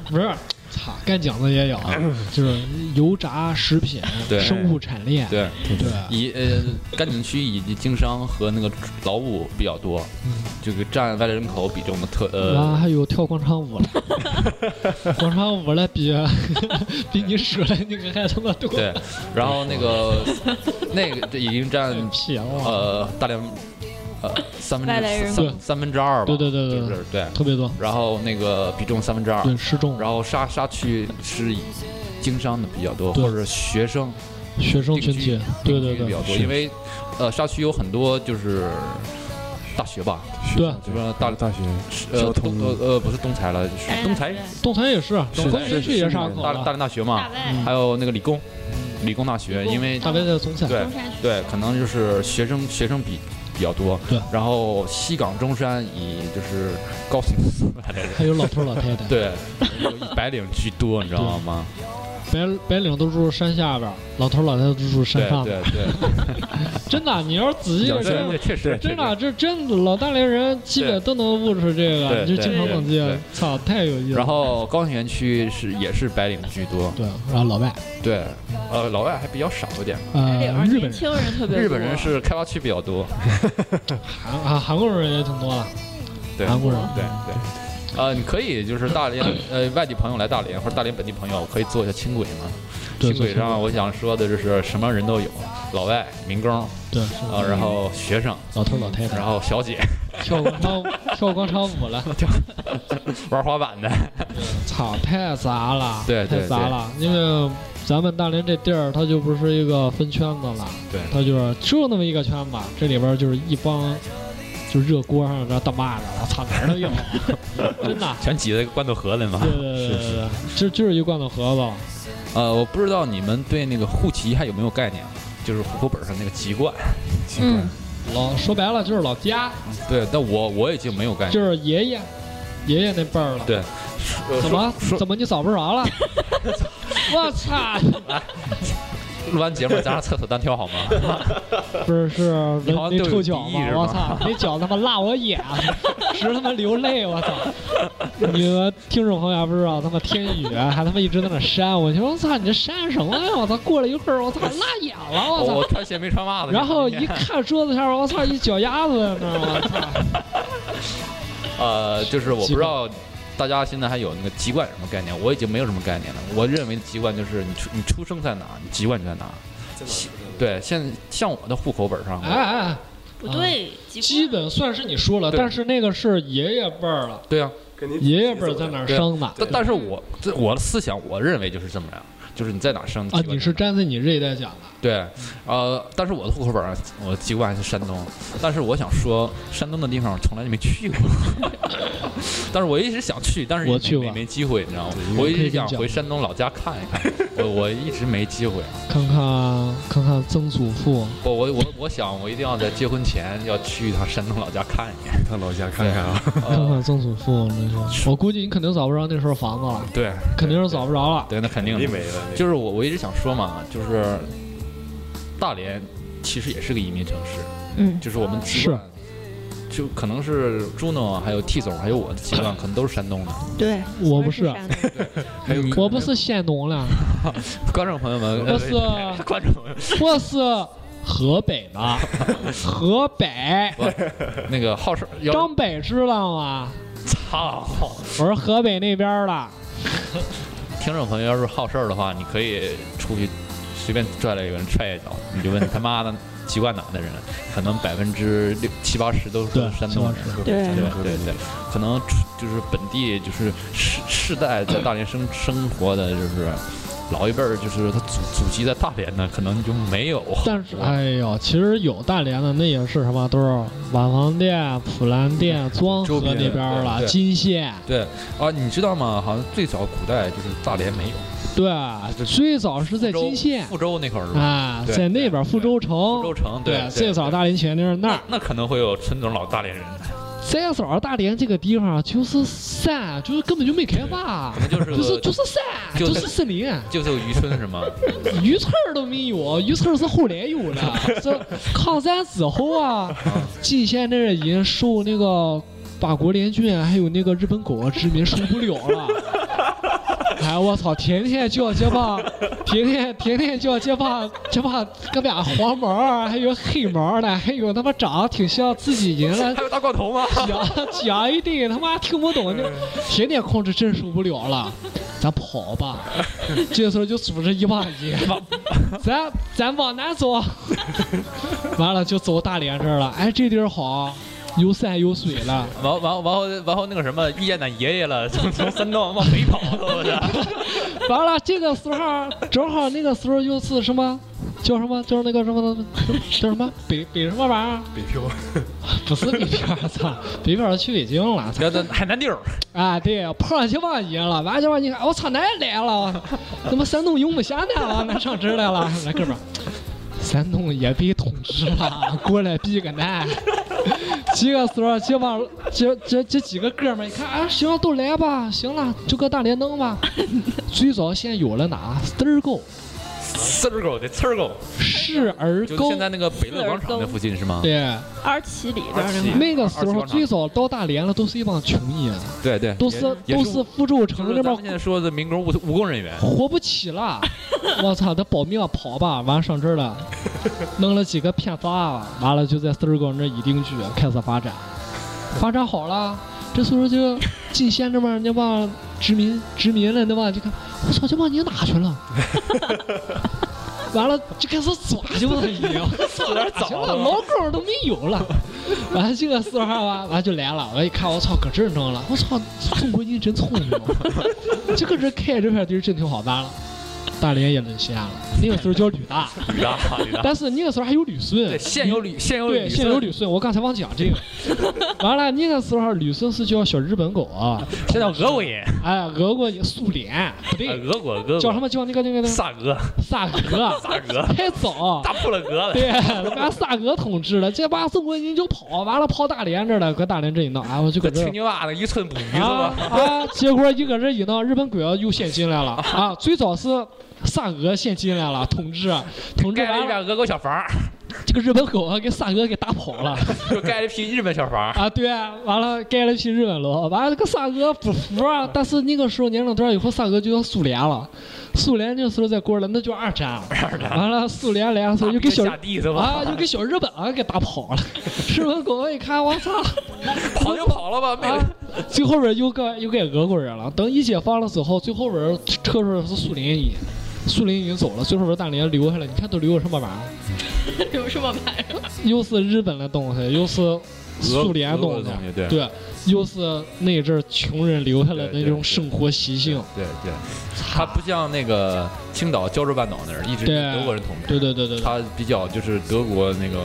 Speaker 2: 不是操，该讲的也有，啊
Speaker 4: (clears throat)
Speaker 2: 就是油炸食品、
Speaker 4: 对
Speaker 2: 生物产业，
Speaker 4: 对，
Speaker 2: 对，
Speaker 4: 以呃甘井区以及经商和那个劳务比较多，
Speaker 2: 嗯
Speaker 4: 这个占外来人口比重的特
Speaker 2: 然后
Speaker 4: 呃，
Speaker 2: 啊还有跳广场舞
Speaker 4: (laughs)
Speaker 2: 了，广场舞了比 (laughs) 比你扯的那个还他妈多，
Speaker 4: 对，然后那个那个这已经占
Speaker 2: 屁啊，我
Speaker 4: 呃大连呃三分
Speaker 5: 外来
Speaker 4: 之
Speaker 5: 人
Speaker 4: 三
Speaker 2: 口
Speaker 4: 三分之二吧，
Speaker 2: 对对对对
Speaker 4: 就是对，
Speaker 2: 特别多，
Speaker 4: 然后那个比重三分之二，
Speaker 2: 对，失重，
Speaker 4: 啊然后沙沙区是以经商的比较多，
Speaker 2: 对
Speaker 4: 或者学生
Speaker 2: 学生群
Speaker 4: 定
Speaker 2: 体
Speaker 4: 居，
Speaker 2: 对对
Speaker 4: 定居比较
Speaker 2: 对，
Speaker 4: 多，
Speaker 2: 是
Speaker 4: 因为呃沙区有很多就是大学吧，
Speaker 2: 对
Speaker 4: 就说大
Speaker 3: 大学
Speaker 4: 是
Speaker 3: 交
Speaker 4: 呃
Speaker 3: 通
Speaker 4: 东呃呃不是东财了，是
Speaker 5: 哎
Speaker 4: 东财啊
Speaker 2: 东财也是，东
Speaker 3: 是是
Speaker 2: 财
Speaker 3: 是
Speaker 2: 区也
Speaker 3: 是
Speaker 2: 上口
Speaker 4: 大大
Speaker 2: 了，
Speaker 4: 连大学
Speaker 5: 大
Speaker 4: 嘛，
Speaker 5: 外
Speaker 4: 还有那个理工理工大学，
Speaker 5: 理工
Speaker 4: 因为
Speaker 2: 大白菜松菜，
Speaker 4: 对
Speaker 5: 中山区
Speaker 4: 对，可能就是学生学生比比较多，
Speaker 2: 对，
Speaker 4: 然后西港中山以就是高薪
Speaker 2: 还有老头老太太，
Speaker 4: (laughs) 对，有以白领居多，你知道吗？
Speaker 2: 白白领都住山下边儿，老头老太太都住山
Speaker 4: 对
Speaker 2: 上边儿，
Speaker 4: 对对，
Speaker 2: 真的，啊你要是仔细
Speaker 4: 对
Speaker 2: 地看。
Speaker 4: 对，确实，
Speaker 2: 真
Speaker 4: 确实
Speaker 2: 的，这真的老大连人基本都能悟出这个，
Speaker 4: 对
Speaker 2: 你就经常
Speaker 4: 对
Speaker 2: 冷
Speaker 4: 对
Speaker 2: 静
Speaker 4: 对，
Speaker 2: 操，太有意思了。
Speaker 4: 然后高新园区是也是白领居多，
Speaker 2: 对，然后老外，
Speaker 4: 对，呃，老外还比较少一点，
Speaker 5: 白领
Speaker 2: 呃，
Speaker 5: 儿
Speaker 2: 日
Speaker 5: 年
Speaker 2: 本人、
Speaker 5: 轻人特别多
Speaker 4: 日本人是开发区比较多，
Speaker 2: 韩啊韩国人也挺多的，
Speaker 4: 对
Speaker 2: 韩国人
Speaker 4: 对对。呃，你可以就是
Speaker 2: (coughs)
Speaker 4: 大连呃外地朋友来大连或者大连本地朋友可以坐一下轻轨嘛，
Speaker 2: 对
Speaker 4: 轻轨
Speaker 2: 坐轻轨
Speaker 4: 上我想说的就是什么人都有，老外、民工啊、
Speaker 2: 对，是
Speaker 4: 呃然后学生，
Speaker 2: 老头老太太，
Speaker 4: 然后
Speaker 2: (laughs)
Speaker 4: 小姐
Speaker 2: 跳广场舞跳广场舞了，
Speaker 4: 玩滑板
Speaker 2: (laughs)
Speaker 4: 的，
Speaker 2: 操，太杂了，
Speaker 4: (laughs) 对对
Speaker 2: 太杂了，因为咱们大连这地儿它就不是一个分圈子了，
Speaker 4: 对
Speaker 2: 它就是只有那么一个圈子，这里边儿就是一帮。就热锅上这大蚂蚱，我操哪儿
Speaker 4: (laughs)
Speaker 2: 都有，真的。
Speaker 4: 全挤在罐头盒里嘛
Speaker 2: 对对对对对，就啊就是一罐头盒子，
Speaker 4: 呃，我不知道你们对那个户籍还有没有概念，就是户口本上那个籍贯。
Speaker 3: 奇怪
Speaker 5: 嗯，
Speaker 2: 老说白了就是老家，
Speaker 4: 对，但我我已经没有概念
Speaker 2: 就。是爷爷，爷爷那辈儿了。
Speaker 4: 对呃
Speaker 2: 怎么
Speaker 4: 说
Speaker 2: 怎么你找不着 (laughs) 了？我操！
Speaker 4: 录完节目咱上厕所单挑好
Speaker 2: (laughs)
Speaker 4: 吗？
Speaker 2: 不是是
Speaker 4: 你
Speaker 2: 没
Speaker 4: 好像
Speaker 2: 没
Speaker 4: 都有
Speaker 2: 臭脚
Speaker 4: 敌意
Speaker 2: 吗？
Speaker 4: 是
Speaker 2: 我
Speaker 4: 吧
Speaker 2: (laughs) 操！那脚他妈辣我 (laughs) 眼，直他妈流泪！我操！你们听众朋友还不知道，他妈天宇还他妈一直在那扇，我就说我操你这扇什么呀？我操！过了一会儿，我操辣眼了！我操！
Speaker 4: (laughs) 我穿鞋没穿袜子。
Speaker 2: 然后
Speaker 4: 你
Speaker 2: 一
Speaker 4: 看
Speaker 2: 看桌子上，我操一脚丫子在那儿，我操！
Speaker 4: (laughs) 呃，就是我不知道大家现在还有那个籍贯什么概念，我已经没有什么概念了。我认为的籍贯就是你出你出生在哪，你籍贯就在哪。对，现像我的户口本上，
Speaker 2: 哎哎哎！
Speaker 5: 不对，籍贯
Speaker 2: 基本算是你说了，
Speaker 4: 对
Speaker 2: 但是那个是爷爷辈儿了，
Speaker 4: 对啊，
Speaker 3: 跟你
Speaker 2: 爷爷辈儿在哪儿生的
Speaker 4: 但但是我这我的思想，我认为就是这么样，就是你在哪生
Speaker 2: 啊
Speaker 4: 籍？贯
Speaker 2: 你是
Speaker 4: 在哪
Speaker 2: 站在你这一代讲的，
Speaker 4: 对，呃，但是我的户口本上我的籍贯是山东，但是我想说山东的地方从来就没去过， (laughs) 但是我一直想去，但是也
Speaker 2: 我
Speaker 4: 没
Speaker 2: 去过
Speaker 4: 没没机会，你知道吗？
Speaker 2: 我
Speaker 4: 我
Speaker 2: 可以
Speaker 4: 一
Speaker 2: 跟
Speaker 4: 直想
Speaker 2: 你讲
Speaker 4: 回山东老家看一看，我我一直没机会。
Speaker 2: 看看看看曾祖父，
Speaker 4: 我我我我想我一定要在结婚前要去一趟山东老家看一眼。
Speaker 3: 趟老家看看啊，
Speaker 2: (laughs) 看
Speaker 4: 呃
Speaker 2: 看曾祖父那时候，我估计你肯定找不着那时候房子了，
Speaker 4: 对
Speaker 2: 肯定是找不着了。
Speaker 4: 对，那肯定
Speaker 3: 肯
Speaker 4: 的
Speaker 3: 定。没了。那
Speaker 4: 就是我我一直想说嘛，就是大连其实也是个移民城市，
Speaker 5: 嗯，
Speaker 4: 就是我们籍
Speaker 2: 是
Speaker 4: 贯，就可能是朱诺，还有 T 总，还有我的籍贯，可能都是山东的。
Speaker 5: 对，
Speaker 2: 我不是，啊
Speaker 5: 山东人
Speaker 4: 还有
Speaker 2: 我不是县东的，
Speaker 4: 观众朋友们，
Speaker 2: 我是
Speaker 4: 呃观众朋友们，
Speaker 2: 我是河北
Speaker 4: (laughs)
Speaker 2: 的，河北
Speaker 4: 那个好事要
Speaker 2: 张北知道吗？
Speaker 4: 操，
Speaker 2: 我是河北那边儿的，
Speaker 4: 听众朋友要是好事儿的话，你可以出去随便拽了一个人踹一脚，你就问他妈的籍贯哪的人，可能百分之六七八十都是
Speaker 2: 对
Speaker 4: 山东人
Speaker 2: 七八。
Speaker 5: 对
Speaker 4: 对对对，可能出就是本地就是世世代在大连生生活的，就是老一辈儿，就是他祖祖籍在大连的，可能就没有。
Speaker 2: 但是，哎呦，其实有大连的，那也是什么，都是瓦房店、普兰店、庄河
Speaker 4: 周边
Speaker 2: 那边儿了，
Speaker 4: 对对
Speaker 2: 金县。
Speaker 4: 对啊，你知道吗？好像最早古代就是大连没有，
Speaker 2: 对，
Speaker 4: 这
Speaker 2: 最早是在
Speaker 4: 福州
Speaker 2: 金县
Speaker 4: 福州那块儿是吧？
Speaker 2: 啊，
Speaker 4: 对
Speaker 2: 在那边儿
Speaker 4: 对
Speaker 2: 福州城
Speaker 4: 福。州城对，
Speaker 2: 最早大连全都是那儿。
Speaker 4: 那可能会有纯种老大连人，
Speaker 2: 最早大连这个地方啊就是山，就是根本就没开发，
Speaker 4: 那 (laughs) 就是
Speaker 2: 就是就是山，
Speaker 4: 就
Speaker 2: 就是是森林，
Speaker 4: 就是有渔
Speaker 2: (laughs)
Speaker 4: 村是吗？
Speaker 2: 渔村儿都没有，渔村儿是后来有了。这抗战之后啊，进县那儿已经受那个八国联军还有那个日本狗殖民受不了了。哎，我操！甜甜叫街霸，甜甜甜甜叫街霸，街霸哥俩黄毛儿，还有黑毛儿的，还有他妈长得挺像自己人了，
Speaker 4: 还有大光头 (laughs) 吗？
Speaker 3: (laughs)
Speaker 2: 讲讲一堆，他妈听不懂，就甜甜控制真受不了了，咱跑
Speaker 3: (laughs)
Speaker 2: 吧，这时候就组织一帮人吧，咱咱往南
Speaker 3: (laughs)
Speaker 2: 走，完了就走大连这儿了，哎，这地儿好，有山有水了。
Speaker 4: 完完完后完后那个什么遇见咱爷爷
Speaker 2: (laughs)
Speaker 4: 了，从从山东往北跑了，我操！
Speaker 2: 完了，这个时候正好那个时候就是什么，叫什么，就是那个什么叫什么北北什么玩意儿，
Speaker 3: 北漂，
Speaker 2: 不是北漂，操，北漂去北京
Speaker 3: (laughs)
Speaker 2: 了，操
Speaker 4: 这这海南地儿，
Speaker 2: 啊，对，碰上这帮人了，完这帮人看，我操，哪来了？怎么山东永不下来了？哪上这来了？ (laughs) 来，哥们儿，山东也被统治了，过来避个难。几个时候，这帮这这这几个哥们儿，一看，啊，行，都来吧，行了，就搁大连弄吧。最早先有了哪？丝儿沟、
Speaker 4: 刺儿狗的刺儿狗，
Speaker 2: 市儿
Speaker 4: 就
Speaker 2: 沟
Speaker 4: 现，在那个北乐广场那附近是吗？
Speaker 2: 对，
Speaker 5: 二七里边儿
Speaker 4: 二
Speaker 5: 那
Speaker 4: 七
Speaker 5: 块儿
Speaker 2: 那个时
Speaker 4: 二七
Speaker 2: 候
Speaker 4: 广场
Speaker 2: 最早到大连了，都是一帮穷人，
Speaker 4: 对对，
Speaker 2: 都是
Speaker 4: 也
Speaker 2: 都
Speaker 4: 是
Speaker 2: 是福州
Speaker 4: 就
Speaker 2: 城
Speaker 4: 是
Speaker 2: 那
Speaker 4: 咱
Speaker 2: 边
Speaker 4: 们现在说的民工务务工
Speaker 2: (laughs)
Speaker 4: 人员，
Speaker 2: 活不起了，我操，他保命啊跑吧，完上这儿了，弄了几个骗子啊，完了就在四十沟那儿一定居，开始发展，发展好了，这时候就进县这边那帮殖民殖民了，那帮就看，我操，这帮你哪去了？ (laughs) 完了就开始抓去吧，已经，有点
Speaker 4: 早了吧 (laughs)
Speaker 2: 老狗都没有了。完了这个四号吧，完了就来了，我一看，我操，搁这儿弄了，我操，中国人真聪明。啊
Speaker 4: (laughs)
Speaker 2: 这个人开这片地儿真挺好办了，大连也沦陷了。那个时候叫旅
Speaker 4: (laughs)
Speaker 2: 大，
Speaker 4: 吕大
Speaker 2: (laughs)
Speaker 4: 吕大，
Speaker 2: 但是那个时候还有旅顺
Speaker 4: 对，，现有吕现有
Speaker 2: 对，
Speaker 4: 吕
Speaker 2: 现在有旅顺。我刚才忘讲这个。
Speaker 4: (laughs)
Speaker 2: 完了，那个时候旅顺是叫小日本狗啊，
Speaker 4: 现在俄国人，
Speaker 2: 哎，俄国苏联不
Speaker 4: 呃
Speaker 2: 对，
Speaker 4: 俄国俄国
Speaker 2: 叫什么叫那个那个 (laughs) 那个
Speaker 4: 萨俄
Speaker 2: 萨格，啊
Speaker 4: 萨
Speaker 2: (laughs)
Speaker 4: 俄
Speaker 2: 太早。
Speaker 4: 大破了 (laughs) 俄了，
Speaker 2: 对，把萨格统治了，这帮中国人就跑，完了跑大连这儿了，搁大连这一闹，哎，我就搁
Speaker 4: 搁
Speaker 2: 这儿
Speaker 4: 青牛洼那一寸捕鱼是
Speaker 2: 啊
Speaker 4: 吧？
Speaker 2: 啊！结果一搁这一闹，日本鬼子又先进来了啊！最早是萨俄先进来了，统治统治
Speaker 4: (laughs) 盖了一
Speaker 2: 完了，
Speaker 4: 片俄国小房
Speaker 2: (laughs)
Speaker 4: 儿，
Speaker 2: 这个日本狗啊给萨俄给打跑了
Speaker 4: 就盖了一批日本小房儿，
Speaker 2: 啊！对啊，完了盖了一批日本楼，完了这个萨俄不服啊！但是那个时候年龄段以后，萨俄就到苏联了，苏联那时候在过了，那就二战了。完了，苏联来的时候
Speaker 4: 啊
Speaker 2: 就给小
Speaker 4: 下地是吧？
Speaker 2: 啊，就给小日本啊给打跑了，日本狗一看，我操！
Speaker 4: 跑就跑了吧，没有
Speaker 2: 啊，最后边儿又给又给俄国人了。等一解放了之后，最后边儿撤出来是苏联人，苏联人走了，最后边儿大连留下来。你看都留了什么玩意儿？
Speaker 5: 有什么玩意儿？
Speaker 2: 又是日本的东西，又是苏联东西，
Speaker 4: 西，对
Speaker 2: 对，又是那阵儿穷人留下来的
Speaker 4: 对对
Speaker 2: 那种生活习性。
Speaker 4: 对对，它不像那个青岛胶州半岛那儿一直
Speaker 2: 对
Speaker 4: 是德国人统治，
Speaker 2: 对对对对对，
Speaker 4: 它比较就是德国那个，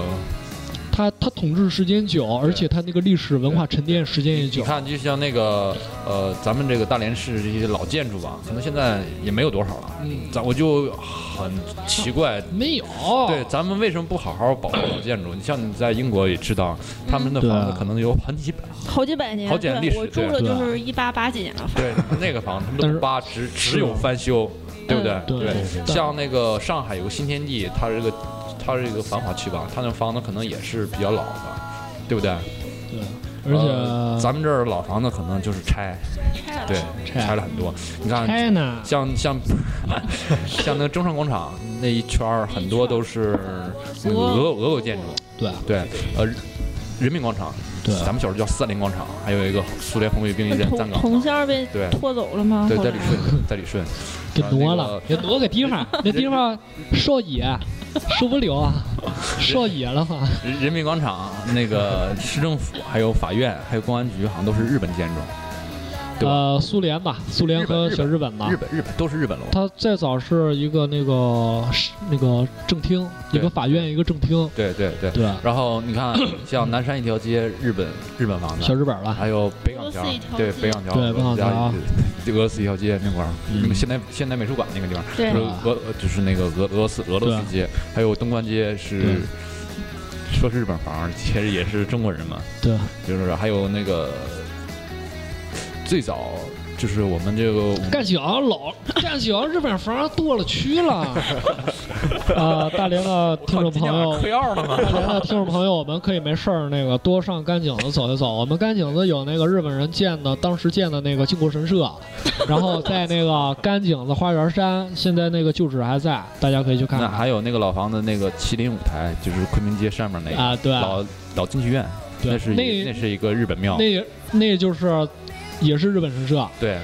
Speaker 2: 他他统治时间久，而且他那个历史文化沉淀时间也
Speaker 4: 你
Speaker 2: 久。
Speaker 4: 看就像那个呃，咱们这个大连市这些老建筑吧，可能现在也没有多少了，
Speaker 2: 嗯，
Speaker 4: 咱我就很奇怪。
Speaker 2: 没有。
Speaker 4: 对，咱们为什么不好好保护老建筑？你像你在英国也知道，他们的房
Speaker 2: 对
Speaker 4: 子可能有很几百，
Speaker 5: 好几百年，
Speaker 4: 好几年历
Speaker 5: 对，
Speaker 4: 史
Speaker 5: 我住了
Speaker 2: 对
Speaker 5: 就是一八八几年的房，
Speaker 4: 对，那个房子他
Speaker 2: 但
Speaker 4: 们
Speaker 2: 是
Speaker 4: 都八只只有翻修，对不对
Speaker 5: 嗯？
Speaker 2: 对对对
Speaker 4: 像那个上海有个新天地，它这个它这个繁华区吧，它那房子可能也是比较老的，对不对？
Speaker 2: 对，而
Speaker 4: 呃
Speaker 2: 且
Speaker 4: 咱们这儿老房子可能就是拆，
Speaker 5: 拆了
Speaker 4: 对，
Speaker 2: 拆
Speaker 4: 拆了很多。你看，
Speaker 2: 拆呢？
Speaker 4: 像像像那个中山广场那一圈儿，很多都是那个俄俄国建筑，
Speaker 2: 对
Speaker 4: 对，呃。人民广场，
Speaker 2: 对，
Speaker 4: 咱们小时候叫三林广场，还有一个苏联红卫兵一战站
Speaker 5: 同
Speaker 4: 岗
Speaker 5: 同
Speaker 4: 堂，
Speaker 5: 乡儿被
Speaker 4: 对
Speaker 5: 拖走了吗？
Speaker 4: 对，
Speaker 5: 后
Speaker 4: 在
Speaker 5: 来
Speaker 4: 旅顺，在旅顺，
Speaker 2: 给挪
Speaker 4: 啊
Speaker 2: 了，给挪个地 (laughs) 方，那地方少野，受不了 (laughs) 啊，少野了嘛。
Speaker 4: 人人民广场那个市政府，还有法院，还有公安局，好像都是日本建筑，对吧
Speaker 2: 呃，苏联吧，苏联和小日本吧
Speaker 4: 日。本日本都是日本楼。
Speaker 2: 它再早是一个那个是那个政厅，一
Speaker 4: 对
Speaker 2: 个法院，一个政厅，
Speaker 4: 对对对。
Speaker 2: 对，
Speaker 4: 然后你
Speaker 2: (clears throat)
Speaker 4: 看，像南山一条街，日本日本房
Speaker 2: 小
Speaker 4: 子，
Speaker 2: 日本了。
Speaker 4: 还有北港
Speaker 5: 俄罗斯一
Speaker 4: 桥，
Speaker 5: 条
Speaker 4: 对
Speaker 5: 街
Speaker 4: 北港桥，
Speaker 2: 对北港桥啊
Speaker 4: 俄罗斯一条俄罗斯一条街那块儿，
Speaker 2: 嗯
Speaker 4: 那个现代现代美术馆那个地方，
Speaker 5: 对
Speaker 4: 就是俄呃就是那个俄俄罗斯俄罗斯街，还有东关街
Speaker 2: 啊对
Speaker 4: 是。说是日本房，其实也是中国人嘛，
Speaker 2: 对，
Speaker 4: 就是还有那个最早就是我们这个
Speaker 2: 干起洋老干起洋日本方剁了去 (laughs) 了啊！大连的听众朋友，
Speaker 4: 嗑药
Speaker 2: (laughs)
Speaker 4: 了吗？
Speaker 2: 大连的听众
Speaker 4: (laughs)
Speaker 2: 朋友，我们可以没事儿那个多上甘井子走一走。我们甘井子有那个日本人建的，当时建的那个靖国神社，然后在那个甘井子花园山，现在那个旧址还在，大家可以去看
Speaker 4: 那
Speaker 2: 看。
Speaker 4: 还有那个老房子，那个麒麟舞台，就是昆明街上面那个
Speaker 2: 啊，对，
Speaker 4: 老老京剧院，
Speaker 2: 对
Speaker 4: 那是一
Speaker 2: 那
Speaker 4: 那是一个日本庙，
Speaker 2: 那那就是也是日本神社。
Speaker 4: 对，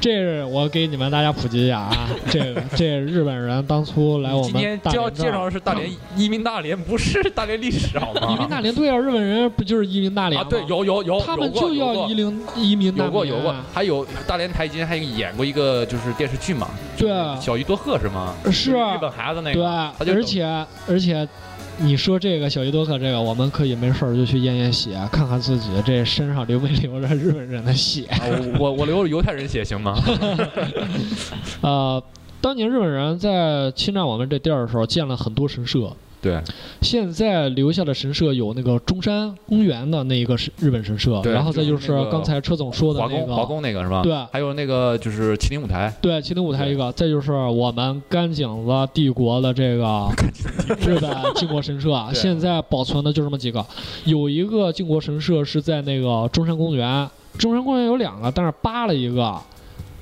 Speaker 2: 这是我给你们大家普及一下啊，这个这日本人当初来我
Speaker 4: 今
Speaker 2: 们
Speaker 4: 天
Speaker 2: 大
Speaker 4: 就要
Speaker 2: 连这
Speaker 4: 介
Speaker 2: 儿，
Speaker 4: 绍的是大连移民大连，不是大连历史好
Speaker 2: (laughs)
Speaker 4: 吗？
Speaker 2: 移民大连对啊，日本人不就是移民大连
Speaker 4: 啊，
Speaker 2: 吗？
Speaker 4: 对，有有有，
Speaker 2: 他
Speaker 4: 有
Speaker 2: 们
Speaker 4: 过
Speaker 2: 就
Speaker 4: 有
Speaker 2: 要
Speaker 4: 过
Speaker 2: 移民移民大
Speaker 4: 有
Speaker 2: 连，
Speaker 4: 过有过，还有大连台金还演过一个就是电视剧嘛，
Speaker 2: 对
Speaker 4: 就是小鱼多鹤是吗？
Speaker 2: 啊是啊
Speaker 4: 日本孩子那
Speaker 2: 对，啊
Speaker 4: 个，他就
Speaker 2: 而且而且。你说这个小伊多克这个，我们可以没事儿就去验验血，看看自己这身上流没流着日本人的血。
Speaker 4: 啊我我我留犹太人血行吗？
Speaker 2: 呃，当年日本人在侵占我们这地儿的时候，建了很多神社，
Speaker 4: 对，
Speaker 2: 现在留下的神社有那个中山公园的那一个是日本神社，
Speaker 4: 对
Speaker 2: 然后再就
Speaker 4: 就是
Speaker 2: 是
Speaker 4: 那个
Speaker 2: 刚才车总说的
Speaker 4: (laughs) 华
Speaker 2: 那
Speaker 4: 工华
Speaker 2: 个，
Speaker 4: 工啊那个是吧？
Speaker 2: 对
Speaker 4: 还有那个就是麒麟舞台，
Speaker 2: 对，麒麟舞台一个，再就是我们甘井子帝国的这个日本靖国神社，啊
Speaker 4: 对
Speaker 2: 现在保存的就这么几个，有一个靖国神社是在那个中山公园，中山公园有两个，但是扒了一个，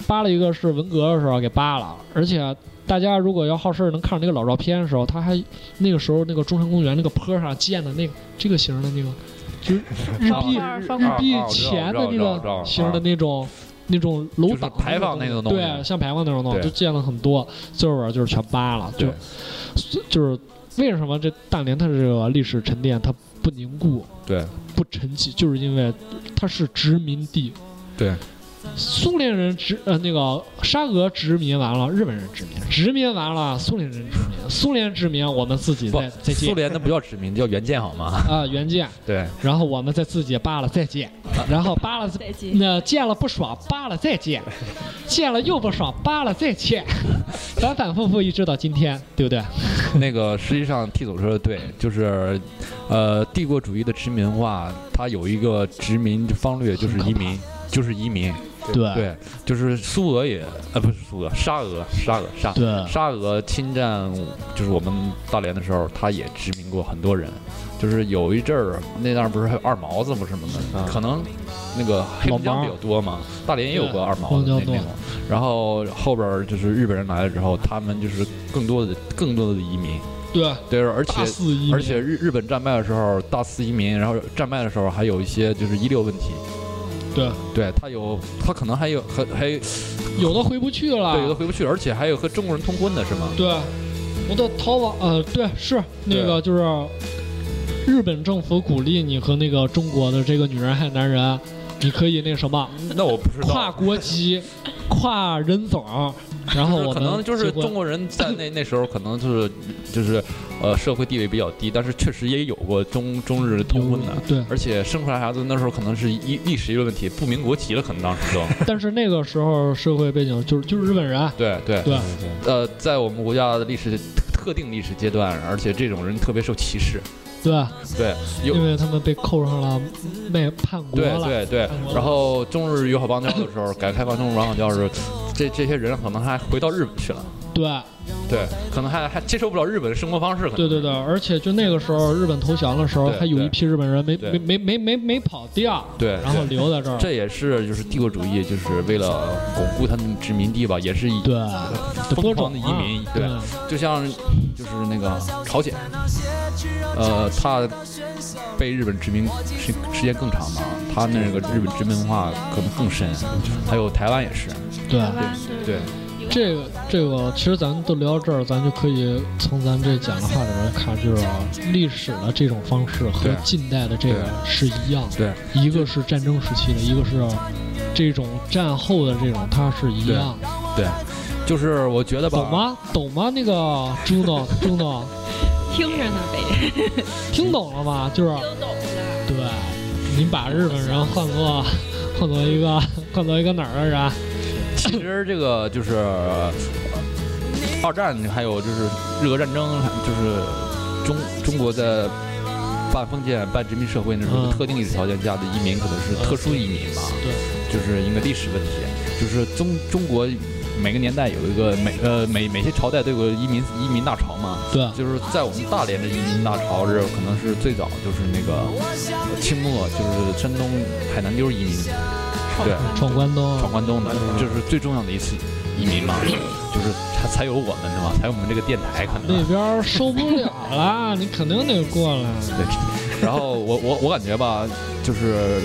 Speaker 2: 扒了一个是文革的时候给扒了，而且。大家如果要好事儿，能看到那个老照片的时候，他还那个时候那个中山公园那个坡上建的那个这个形的那个，就是日
Speaker 5: 方
Speaker 2: 币
Speaker 5: 块儿
Speaker 2: 日
Speaker 5: 方
Speaker 2: 日
Speaker 5: 块儿
Speaker 2: 币
Speaker 4: 啊我知道
Speaker 2: 前的
Speaker 4: 我
Speaker 2: 那
Speaker 4: 知道我知道
Speaker 2: 个
Speaker 4: 啊
Speaker 2: 形的那种那种楼
Speaker 4: 就是
Speaker 2: 挡
Speaker 4: 牌坊那个东西
Speaker 2: 对，像牌坊那种东西，
Speaker 4: 对
Speaker 2: 就建了很多，最后边就是全扒了，就
Speaker 4: 对
Speaker 2: 就是为什么这大连它这个历史沉淀它不凝固
Speaker 4: 对
Speaker 2: 不沉寂，就是因为它是殖民地，
Speaker 4: 对，
Speaker 2: 苏联人殖呃那个沙俄殖民完了，日本人殖民，殖民完了苏联人殖民，苏联殖民我们自己
Speaker 4: 不
Speaker 2: 再再，
Speaker 4: 苏
Speaker 2: 建
Speaker 4: 联那不叫殖民，叫援建好吗？ (laughs)
Speaker 2: 啊、原建， (laughs)
Speaker 4: 对，
Speaker 2: 然后我们再自己扒了再建，
Speaker 4: 啊
Speaker 2: 然后扒了
Speaker 5: 再见。
Speaker 2: 那见了不爽，扒了再见；见了又不爽，扒了再见，反反复复一直到今天，对不对？
Speaker 4: 那个实际上 T 总说的对，就是，呃，帝国主义的殖民化，它有一个殖民方略，就是移民，就是移民，
Speaker 2: 对
Speaker 4: 对，就是苏俄也，呃，不是苏俄，沙俄，沙俄，沙
Speaker 2: 对
Speaker 4: 沙俄侵占就是我们大连的时候，他也殖民过很多人，就是有一阵儿那那儿不是还有二毛子不是吗？
Speaker 3: 啊
Speaker 4: 可能那个黑龙江
Speaker 2: 老毛
Speaker 4: 比较多嘛，大连也有
Speaker 2: 对
Speaker 4: 个二毛
Speaker 2: 黑龙
Speaker 4: 子那那
Speaker 2: 江多
Speaker 4: 种。然后后边儿就是日本人来了之后，他们就是更多的更多的移民，
Speaker 2: 对，
Speaker 4: 对，而且
Speaker 2: 大四一，
Speaker 4: 而且日日本战败的时候，大肆移民，然后战败的时候还有一些就是遗留问题。
Speaker 2: 对，
Speaker 4: 对他有，他可能还有还还对
Speaker 2: 有的回不去了，
Speaker 4: 有的回不去，而且还有和中国人通婚的是吗？
Speaker 2: 对，我的逃亡，呃，对，是那个就是日本政府鼓励你和那个中国的这个女人还男人，你可以那什么
Speaker 4: 那我不知
Speaker 2: 跨
Speaker 4: 道，
Speaker 2: 国
Speaker 4: (laughs)
Speaker 2: 籍、跨人种，然后
Speaker 4: 就是
Speaker 2: 我
Speaker 4: 可
Speaker 2: 们
Speaker 4: 能就是
Speaker 2: 结婚
Speaker 4: 中国人在那那时候可能就是就是呃社会地位比较低，但是确实也有过中中日通婚的。
Speaker 2: 嗯对，
Speaker 4: 而且生出来孩子那时候可能是一历史一个问题，不明国籍了，可能当
Speaker 2: (laughs)
Speaker 4: 时都
Speaker 2: 但是那个时候社会背景就是就是日本人，
Speaker 4: 对对
Speaker 2: 对
Speaker 4: 呃，在我们国家的历史特特定历史阶段，而且这种人特别受歧视，
Speaker 2: 对。
Speaker 4: 对，有
Speaker 2: 因为他们被扣上了卖叛国
Speaker 4: 对
Speaker 2: 了，嗯
Speaker 4: 对对
Speaker 2: 看过，了
Speaker 4: 然后中日友好邦交的时候，改革开放中日友好邦交的时候，这这些人可能还回到日本去了，
Speaker 2: 对
Speaker 4: 对，可能还还接受不了日本的生活方式，可能
Speaker 2: 对对对，而且就那个时候日本投降的时候，
Speaker 4: 对
Speaker 2: 还有一
Speaker 4: 对
Speaker 2: 批日本人没
Speaker 4: 对
Speaker 2: 没没没没没跑掉，
Speaker 4: 对
Speaker 2: 然后
Speaker 4: 对
Speaker 2: 留在这儿，
Speaker 4: 这也是就是帝国主义，就是为了巩固他们殖民地吧，也是以
Speaker 2: 对，就播种
Speaker 4: 疯狂的移民
Speaker 2: 啊，
Speaker 4: 对
Speaker 2: 对，
Speaker 4: 就像就是那个朝鲜，呃，他被日本殖民时时间更长嘛，他那个日本殖民文化可能更深，还有台湾也是，
Speaker 2: 对
Speaker 5: 台湾
Speaker 4: 对，
Speaker 2: 这个这个，其实咱们都聊到这儿，咱就可以从咱这讲的话里面看，就是历史的这种方式和
Speaker 4: 对
Speaker 2: 近代的这个
Speaker 4: 对
Speaker 2: 是一样的，
Speaker 4: 对，
Speaker 2: 一个是战争时期的，一个是这种战后的这种，它是一
Speaker 4: 对
Speaker 2: 样的，
Speaker 4: 对，就是我觉得吧，
Speaker 2: 懂吗？懂吗？那个朱总，朱总。
Speaker 5: 听着呢呗，
Speaker 2: 听懂了吗？就是
Speaker 5: 都懂了。
Speaker 2: 对，你把日本人换作 (laughs) 换作一个 (laughs) 换作一个哪儿的人？
Speaker 4: 其实这个就是呃二战，还有就是日俄战争，就是中中国在半封建、半殖民社会那时候
Speaker 2: 嗯
Speaker 4: 特定历史条件下的移民，可能是特殊移民吧，
Speaker 2: 对
Speaker 4: 就是因为历史问题。就是中中国每个年代有一个每呃每每些朝代都有个移民移民大潮嘛，
Speaker 2: 对，
Speaker 4: 就是在我们大连的移民大潮是可能是最早就是那个呃清末，就是山东海南就是移民对
Speaker 2: 闯关东，
Speaker 4: 闯关东的，就是最重要的一次移民嘛，就是才才有我们的嘛，才有我们这个电台可能
Speaker 2: 那。边受不了了， (laughs) 你肯定得过来。
Speaker 4: 对，然后我我我感觉吧，就是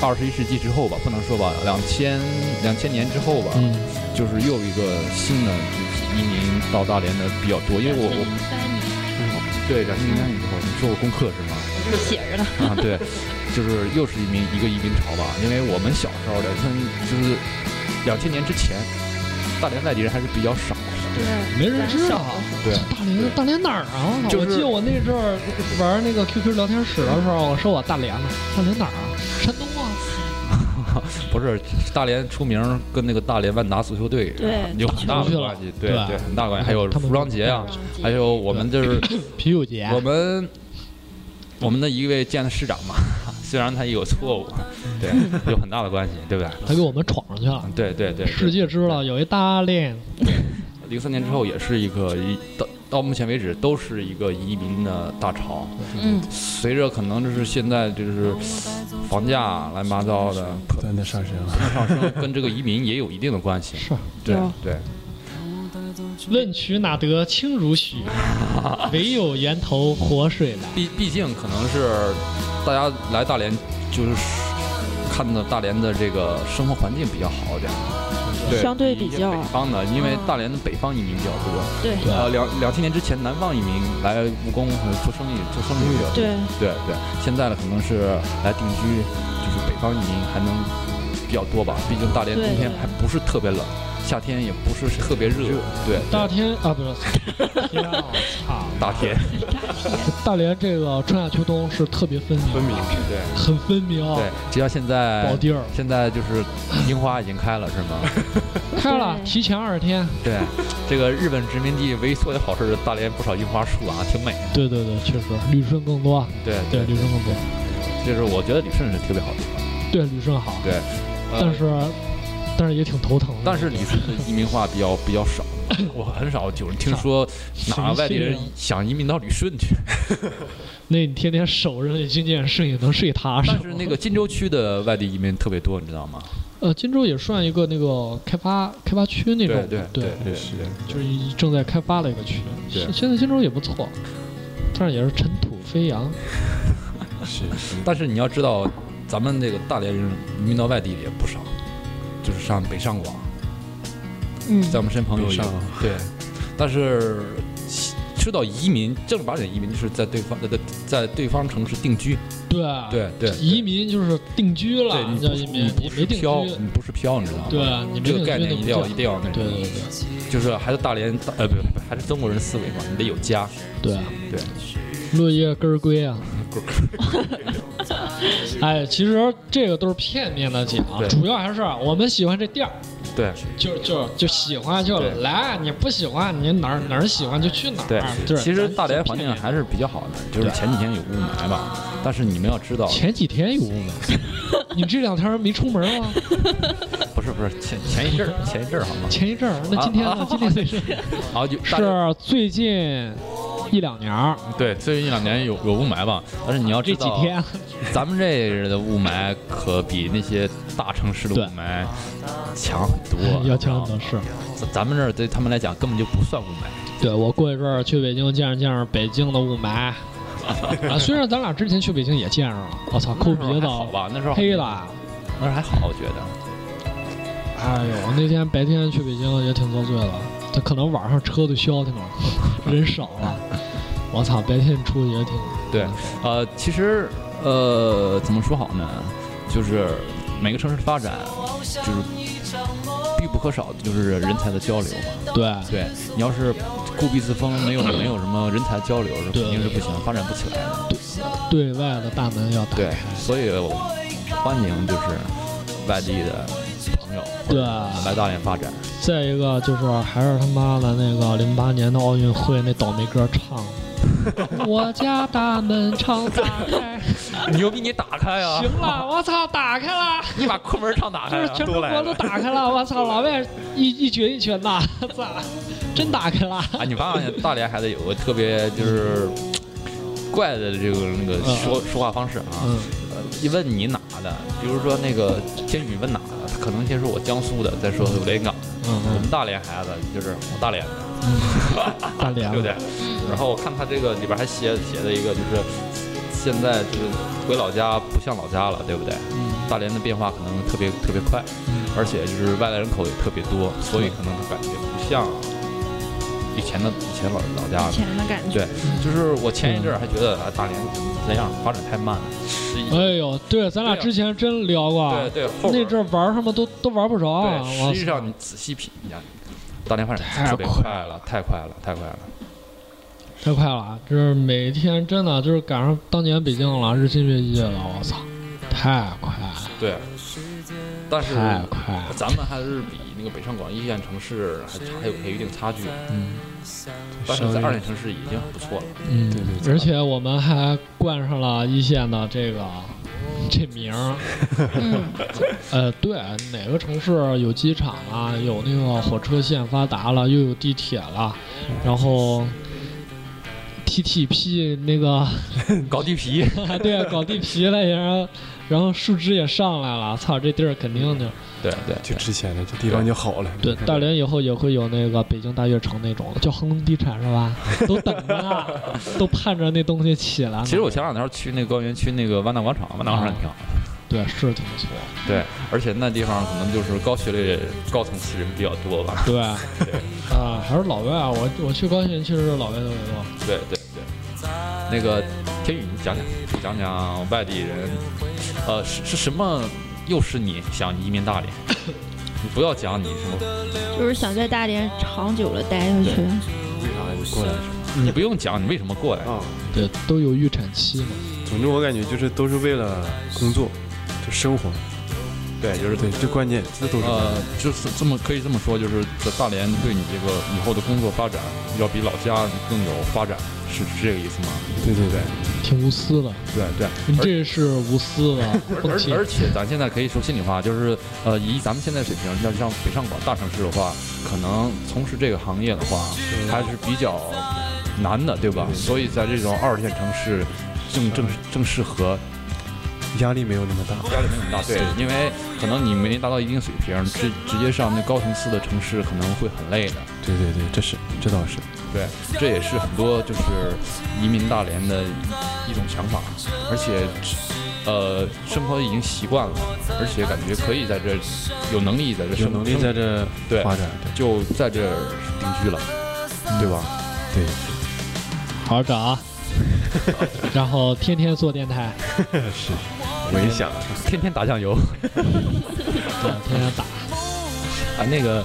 Speaker 4: 二十一世纪之后吧，不能说吧，两千两千年之后吧，
Speaker 2: 嗯，
Speaker 4: 就是又一个新的移民到大连的比较多，因为我
Speaker 5: 零
Speaker 4: 我嗯
Speaker 5: 三年
Speaker 4: 对两千年以后，你做过功课是吗？ (laughs)
Speaker 5: 我写着呢，
Speaker 4: 啊，对，就是又是移民一个移民潮吧，因为我们小时候两千就是两千年之前，大连外地人还是比较少的。
Speaker 5: 对，
Speaker 2: 没人知道。
Speaker 4: 对
Speaker 2: 大连大连哪儿啊？我操
Speaker 4: 就
Speaker 2: 我
Speaker 4: 是
Speaker 2: 记得我那阵儿玩那个 QQ 聊天室的时候，我说我大连的，大连哪儿啊？山东啊。
Speaker 4: 不是大连出名儿跟那个大连万达足球队
Speaker 5: 对
Speaker 4: 啊有很大的关系，对
Speaker 2: 对吧
Speaker 4: 对，很大的关系。还有服装节啊
Speaker 5: 他们，
Speaker 4: 还有我们就是
Speaker 2: 啤酒节
Speaker 4: 我们我们的一位见的市长嘛， (laughs) 虽然他也有错误，对，有很大的关系，对不对？
Speaker 2: 他给我们闯上去了。
Speaker 4: 对对对，
Speaker 2: 世界知道有一大连，
Speaker 4: 零三年之后也是一个一到到目前为止都是一个移民的大潮，
Speaker 5: 嗯，
Speaker 4: 随着可能就是现在就是房价乱七八糟的可
Speaker 3: 断的上升了。
Speaker 4: 能上升，跟这个移民也有一定的关系。
Speaker 2: 是
Speaker 4: 对
Speaker 5: 有
Speaker 4: 对，
Speaker 2: 问渠哪得清如
Speaker 4: (laughs)
Speaker 2: 许，唯有源头活水来。
Speaker 4: 毕毕竟可能是大家来大连就是看到大连的这个生活环境比较好一点，对，
Speaker 5: 相对
Speaker 4: 一
Speaker 5: 比
Speaker 4: 些
Speaker 5: 较
Speaker 4: 北方的，因为
Speaker 5: 嗯
Speaker 4: 大连的北方移民比较多。
Speaker 5: 对
Speaker 2: 对
Speaker 4: 呃，两两千年之前，南方移民来务工或者做生意、做生意比较多。
Speaker 5: 对，
Speaker 4: 对对，现在呢可能是来定居，就是北方移民还能比较多吧，毕竟大连
Speaker 5: 对
Speaker 4: 冬天
Speaker 5: 对
Speaker 4: 还不是特别冷，夏天也不是特别热，对，
Speaker 2: 大天啊，不是，天啊我操！
Speaker 4: 大天
Speaker 2: 大连这个春夏秋冬是特别分明，
Speaker 4: 分明，对
Speaker 2: 很分明啊，
Speaker 4: 对，只要现
Speaker 2: 保
Speaker 4: 在
Speaker 2: 地儿
Speaker 4: 现在就是樱花已经开了是 (laughs) 吗？哎
Speaker 2: 开了，
Speaker 5: 对
Speaker 2: 提前二十天。
Speaker 4: 对，这个日本殖民地唯一做的好事，大连不少樱花树啊，挺美的，
Speaker 2: 对对对，确实旅顺更多，啊
Speaker 4: 对
Speaker 2: 对旅顺更多，
Speaker 4: 就是我觉得旅顺是特别好的地方，
Speaker 2: 对旅顺好，
Speaker 4: 对，呃
Speaker 2: 但是但是也挺头疼的。
Speaker 4: 但是旅顺的移民化比较比较少， (laughs) 我很少就是听说哪外地人
Speaker 2: 啊
Speaker 4: 想移民到旅顺去。
Speaker 2: 那你天天守着那金建睡，也能睡踏实。
Speaker 4: (laughs) 但是那个金州区的外地移民特别多，你知道吗？
Speaker 2: 呃，金州也算一个那个开发开发区那种，
Speaker 4: 对
Speaker 2: 对
Speaker 4: 对，
Speaker 3: 是，
Speaker 2: 就是一正在开发的一个区。
Speaker 4: 对
Speaker 2: 现现在金州也不错，但是也是尘土飞扬。
Speaker 3: 是，
Speaker 4: 但是你要知道，咱们这个大连人移民到外地也不少，就是上北上广，
Speaker 5: 嗯，
Speaker 4: 在我们身朋友
Speaker 3: 北
Speaker 4: 有
Speaker 3: 上
Speaker 4: 对，但是说到移民，正儿八经移民就是在对方在在对方城市定居，
Speaker 2: 对
Speaker 4: 对对，
Speaker 2: 啊移民就是定居了，
Speaker 4: 对你
Speaker 2: 叫
Speaker 4: 不是
Speaker 2: 移民，
Speaker 4: 你不
Speaker 2: 你没
Speaker 4: 是
Speaker 2: 定居，
Speaker 4: 漂，你不是漂，你知道吗？
Speaker 2: 对，啊你没
Speaker 4: 这
Speaker 2: 定
Speaker 4: 个
Speaker 2: 居
Speaker 4: 概念
Speaker 2: 那
Speaker 4: 一
Speaker 2: 不
Speaker 4: 定要
Speaker 2: 叫
Speaker 4: 一定要那
Speaker 2: 对
Speaker 4: 个，
Speaker 2: 对对
Speaker 4: 就是还是大连大呃不不还是中国人思维嘛，你得有家，
Speaker 2: 对
Speaker 4: 对，
Speaker 2: 落叶根儿
Speaker 4: (laughs)
Speaker 2: 归啊。哎，其实这个都是片面的讲，
Speaker 4: 啊对
Speaker 2: 主要还是啊我们喜欢这地儿，
Speaker 4: 对
Speaker 2: 就就就喜欢就
Speaker 4: 对
Speaker 2: 来，啊你不喜欢你哪儿哪儿喜欢就去哪
Speaker 4: 对
Speaker 2: 儿。啊对，
Speaker 4: 其实
Speaker 2: 咱
Speaker 4: 大连环
Speaker 2: 咱
Speaker 4: 境
Speaker 2: 骗
Speaker 4: 还是比较好的，就是
Speaker 2: 对
Speaker 4: 前几天有雾霾吧，但是你们要知道
Speaker 2: 你。，前几天有雾
Speaker 4: (laughs)
Speaker 2: 霾，你这两天没出门吗？
Speaker 4: 不是不是前前一阵儿前一阵儿好吗？
Speaker 2: 前一阵儿，那今天呢？今天最是
Speaker 4: 好就啊 (laughs) 大
Speaker 2: 是啊最近一两年儿，
Speaker 4: 对，最近一两年有有雾霾吧，但是你要知
Speaker 2: 这几
Speaker 4: 道，
Speaker 2: 天，
Speaker 4: (laughs) 咱们这儿的雾霾可比那些大城市的雾霾强很多
Speaker 2: (laughs) 要强的是。
Speaker 4: 咱咱们这儿对他们来讲根本就不算雾霾，
Speaker 2: 对我过一阵儿去北京见识见识北京的雾霾。
Speaker 4: (laughs)
Speaker 2: 啊，虽然咱俩之前去北京也见着了，我操，抠鼻
Speaker 4: 那时
Speaker 2: 子
Speaker 4: 嗯候还好吧？那时候
Speaker 2: 黑了。
Speaker 4: 那时候还好，我觉得。
Speaker 2: 哎呦，我那天白天去北京也挺遭罪的，他可能晚上车都消
Speaker 4: (laughs)
Speaker 2: 停了，人少了。我操，白天出去也挺
Speaker 4: 对呃，其实呃，怎么说好呢？就是每个城市的发展，就是必不可少的就是人才的交流嘛。
Speaker 2: 对
Speaker 4: 对你要是固步自封，没有没有什么人才交流，是
Speaker 2: 对
Speaker 4: 肯定是不行，发展不起来的。
Speaker 2: 对外的大门要打
Speaker 4: 对
Speaker 2: 开。，
Speaker 4: 所以我欢迎就是外地的朋友
Speaker 2: 对，啊
Speaker 4: 来大连发展。
Speaker 2: 再一个就是还是他妈的那个零八年的奥运会那倒霉歌唱， (laughs) 我家大门常打开。
Speaker 4: 牛逼，你打开啊！
Speaker 2: 行了，我操，打开了，
Speaker 4: 你把快门唱打
Speaker 2: 就
Speaker 4: 开
Speaker 2: 是 (laughs)
Speaker 4: 啊！
Speaker 2: 全中国都打开了。我操，老外一 (laughs) 一拳一拳的，操，真打开了。
Speaker 4: 啊，你发现大连孩子有个特别就是怪的这个那个
Speaker 2: 嗯
Speaker 4: 说说话方式啊，
Speaker 2: 嗯，
Speaker 4: 一问你哪的，比如说那个先你问哪的，他可能先说我江苏的，再说我连云港的。
Speaker 2: 嗯嗯
Speaker 4: 我们大连孩子就是我大连的，
Speaker 2: 大连
Speaker 4: 对不对？然后我看他这个里边还写写的一个就是现在就是回老家不像老家了，对不对？
Speaker 2: 嗯
Speaker 4: 大连的变化可能特别特别快，而且就是外来人口也特别多，所以可能感觉不像以前的以前老老家
Speaker 5: 以
Speaker 4: 了。
Speaker 5: 前的感觉。
Speaker 4: 对，就是我前一阵儿还觉得啊，大连怎么这样，发展太慢了。十一，
Speaker 2: 哎呦，对，咱俩
Speaker 4: 对啊
Speaker 2: 之前真聊过，
Speaker 4: 对对，后边
Speaker 2: 那
Speaker 4: 啊儿
Speaker 2: 阵儿玩什么都都玩不着啊。
Speaker 4: 对，
Speaker 2: 我
Speaker 4: 实际
Speaker 2: 操
Speaker 4: 上你仔细品一下，大连发展
Speaker 2: 太
Speaker 4: 特别
Speaker 2: 快
Speaker 4: 快了，太快了，太快了。
Speaker 2: 太快了，就是每天真的就是赶上当年北京了，日新月异了，我操，太快了，
Speaker 4: 对，但是
Speaker 2: 太快了，
Speaker 4: 咱们还是比那个北上广一线城市还差还有还有一定差距，
Speaker 2: 嗯，
Speaker 4: 但
Speaker 2: 稍
Speaker 4: 是
Speaker 2: 微
Speaker 4: 在二线城市已经很不错了。
Speaker 2: 嗯，
Speaker 3: 对对对
Speaker 2: 而且我们还冠上了一线的这个这名儿，
Speaker 5: 嗯，
Speaker 2: 呃，对，哪个城市有机场啊，有那个火车线发达了，又有地铁了，然后 TTP 那个。
Speaker 4: (laughs)
Speaker 2: (laughs)
Speaker 4: 搞地皮，
Speaker 2: 啊，对啊，搞地皮了，然后然后数值也上来了，操，这地儿肯定就
Speaker 4: (laughs) 对对
Speaker 3: 就值钱了，这地方就好了。
Speaker 2: 对。大连以后也会有那个北京大悦城那种的，叫恒隆地产是吧？都等着呢，都盼着那东西起来呢。
Speaker 4: 其实我前两天去那个高原区那个万达广场，万达广场挺好的，
Speaker 2: 对是挺不错，
Speaker 4: 对，而且那地方可能就是高学历、高层次人比较多吧。
Speaker 2: 对，啊、还是老外 (laughs) 啊，我我去高新其实老外特啊别多，
Speaker 4: 对对对，那个天宇，你讲讲，你讲讲外地人，呃，是是什么诱使你想移民大连？ (coughs) 你不要讲你什么，
Speaker 5: 就是想在大连长久的待下去。
Speaker 3: 为啥你过来是吧
Speaker 4: 你不用讲你为什么过来。
Speaker 3: 啊？
Speaker 2: 对，都有预产期嘛。
Speaker 3: 总之我感觉就是都是为了工作，就生活，
Speaker 4: 对，就是
Speaker 3: 对，最关键这都是。
Speaker 4: 呃，就是这么可以这么说，就是在大连对你这个以后的工作发展，要比老家更有发展，是是这个意思吗？
Speaker 3: 对对对
Speaker 2: 挺无私的，
Speaker 4: 对对，
Speaker 2: 你
Speaker 4: 而
Speaker 2: 这是无私的
Speaker 4: 而
Speaker 2: 风
Speaker 4: 而
Speaker 2: 气。
Speaker 4: 而且咱现在可以说心里话，就是呃，以咱们现在水平，要像北上广大城市的话，可能从事这个行业的话，还是比较难的，对吧？所以在这种二线城市，正正正适合
Speaker 3: 压力没有那么大。
Speaker 4: 压力没有那么大，对，因为可能你没达到一定水平，直直接上那高层次的城市可能会很累的。
Speaker 3: 对对对，这是这倒是。
Speaker 4: 对，这也是很多就是移民大连的一种想法，而且呃，生活已经习惯了，而且感觉可以在这有能力在这
Speaker 3: 有
Speaker 4: 生
Speaker 3: 能力在这
Speaker 4: 对
Speaker 3: 发展，
Speaker 4: 就在这儿定居了，对吧？
Speaker 3: 对，
Speaker 2: 好好找 (laughs) 啊，然后天天做电台，
Speaker 3: 是。我也想，
Speaker 4: 天天打酱油
Speaker 2: 对，天天打。
Speaker 4: (laughs) 啊，那个。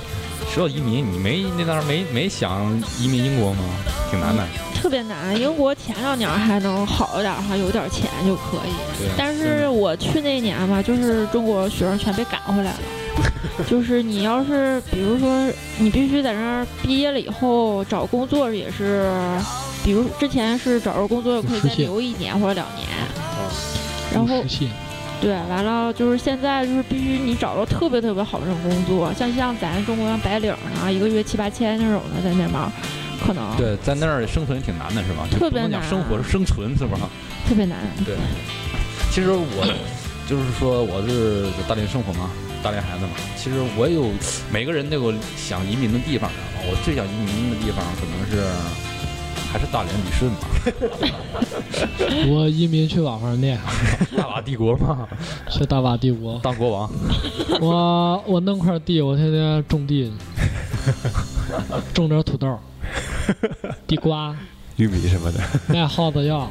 Speaker 4: 说到移民，你没那当时没没想移民英国吗？挺难的。
Speaker 5: 特别难。英国前两年还能好一点儿，还有点钱就可以。
Speaker 4: 对
Speaker 5: 但是我去那年吧，就是中国学生全被赶回来了。就是你要是，比如说你必须在那儿毕业了以后找工作也是，比如之前是找着工作可以
Speaker 2: 实
Speaker 5: 再
Speaker 2: 现
Speaker 5: 留一年或者两年，然后
Speaker 2: 无实现
Speaker 5: 对，完了就是现在就是必须你找着特别特别好这种工作，像像咱中国像白领儿啊，一个月七八千那种的在那边儿，可能
Speaker 4: 对，在那儿生存挺难的，是吧？就
Speaker 5: 特别
Speaker 4: 不能讲
Speaker 5: 难
Speaker 4: 生活，是生存，是吧？
Speaker 5: 特别难。
Speaker 4: 对，其实我 (laughs) 就是说我是大连生活嘛，大连孩子嘛。其实我有每个人都有想移民的地方，知道吗我最想移民的地方可能是还是大连旅顺吧，
Speaker 2: 我移民去瓦房店，
Speaker 4: 大瓦帝国 (laughs) 嘛，
Speaker 2: 去大瓦帝 (laughs) 国。
Speaker 4: 当国王。
Speaker 2: 我我弄块地，我天天种 (laughs) 地，种点土豆、地瓜，
Speaker 3: 玉米什么的。
Speaker 2: 卖耗子 (laughs) 药，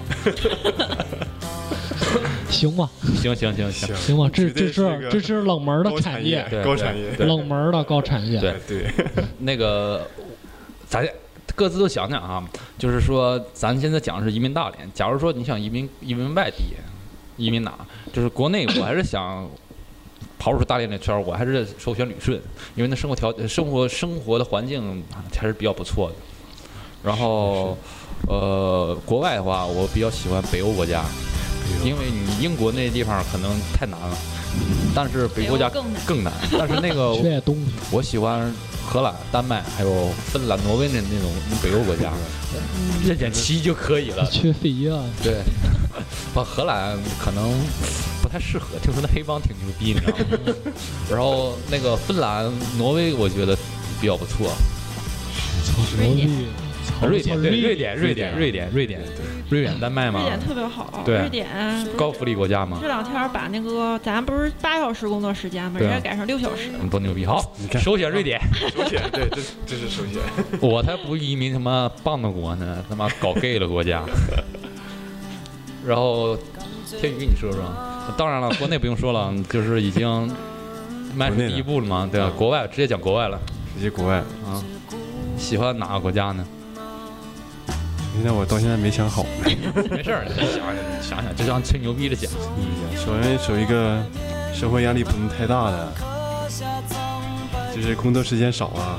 Speaker 2: 行吧，
Speaker 4: 行行行行，
Speaker 2: 行吧，这
Speaker 3: 绝对
Speaker 2: 这
Speaker 3: 是
Speaker 2: 是
Speaker 3: 个
Speaker 2: 这是冷门的
Speaker 3: 高
Speaker 2: 产
Speaker 3: 产业
Speaker 2: 业，
Speaker 4: 对
Speaker 3: 高产业
Speaker 4: 对
Speaker 2: 冷门的高产业。
Speaker 4: 对
Speaker 3: 对，
Speaker 4: 那个咱各自都想想啊，就是说咱现在讲的是移民大连，假如说你想移民移民外地，移民哪？就是国内，我还是想刨出大连这圈儿，我还是首选旅顺，因为那生活条生活生活的环境还是比较不错的。然后，呃，国外的话，我比较喜欢北欧国家，因为你英国那地方可能太难了，但是北欧国家
Speaker 5: 北欧更难
Speaker 4: 更难。但是
Speaker 2: (laughs)
Speaker 4: 那个
Speaker 2: 缺点东西。
Speaker 4: 我喜欢荷兰、丹麦，还有芬兰、挪威那那种北欧国家，认点棋就可以了。
Speaker 2: 缺肺叶啊，
Speaker 4: 对，把荷兰可能不太适合，听说那黑帮挺牛逼，你知道 (laughs) 吗？然后那个芬兰、挪威，我觉得比较不错。
Speaker 2: 牛
Speaker 5: 瑞典
Speaker 2: 逼！
Speaker 4: 啊瑞典，对，瑞典，瑞
Speaker 3: 瑞
Speaker 4: 典，
Speaker 3: 典
Speaker 4: 瑞典，瑞典，瑞典，丹麦嘛
Speaker 5: 瑞，典特别好，
Speaker 4: 对
Speaker 5: 瑞典不是
Speaker 4: 高福利国家嘛
Speaker 5: 这，两天把那个咱不是八小时工作时间吗？
Speaker 4: 对
Speaker 5: 人
Speaker 4: 啊
Speaker 5: 家改成六小时了。
Speaker 4: 多牛逼！好
Speaker 3: 你，看
Speaker 4: 首选瑞典，
Speaker 3: 首选，对，这这是首选。
Speaker 4: 我才不移民他妈棒的国呢，他妈搞 gay 的国家。然后，天宇，你说说。当然了，国内不用说了，就是已经迈出
Speaker 3: 国内的啊
Speaker 4: 第一步了嘛，对吧？国外直接讲国外了。
Speaker 3: 直接国外，
Speaker 4: 啊，喜欢哪个国家呢？
Speaker 3: 那我到现在没想好。
Speaker 4: 没事儿，你 (laughs) 想想想想，就像吹牛逼
Speaker 3: (laughs)
Speaker 4: 的讲。
Speaker 3: 首先首一个，生活压力不能太大的，就是工作时间少啊。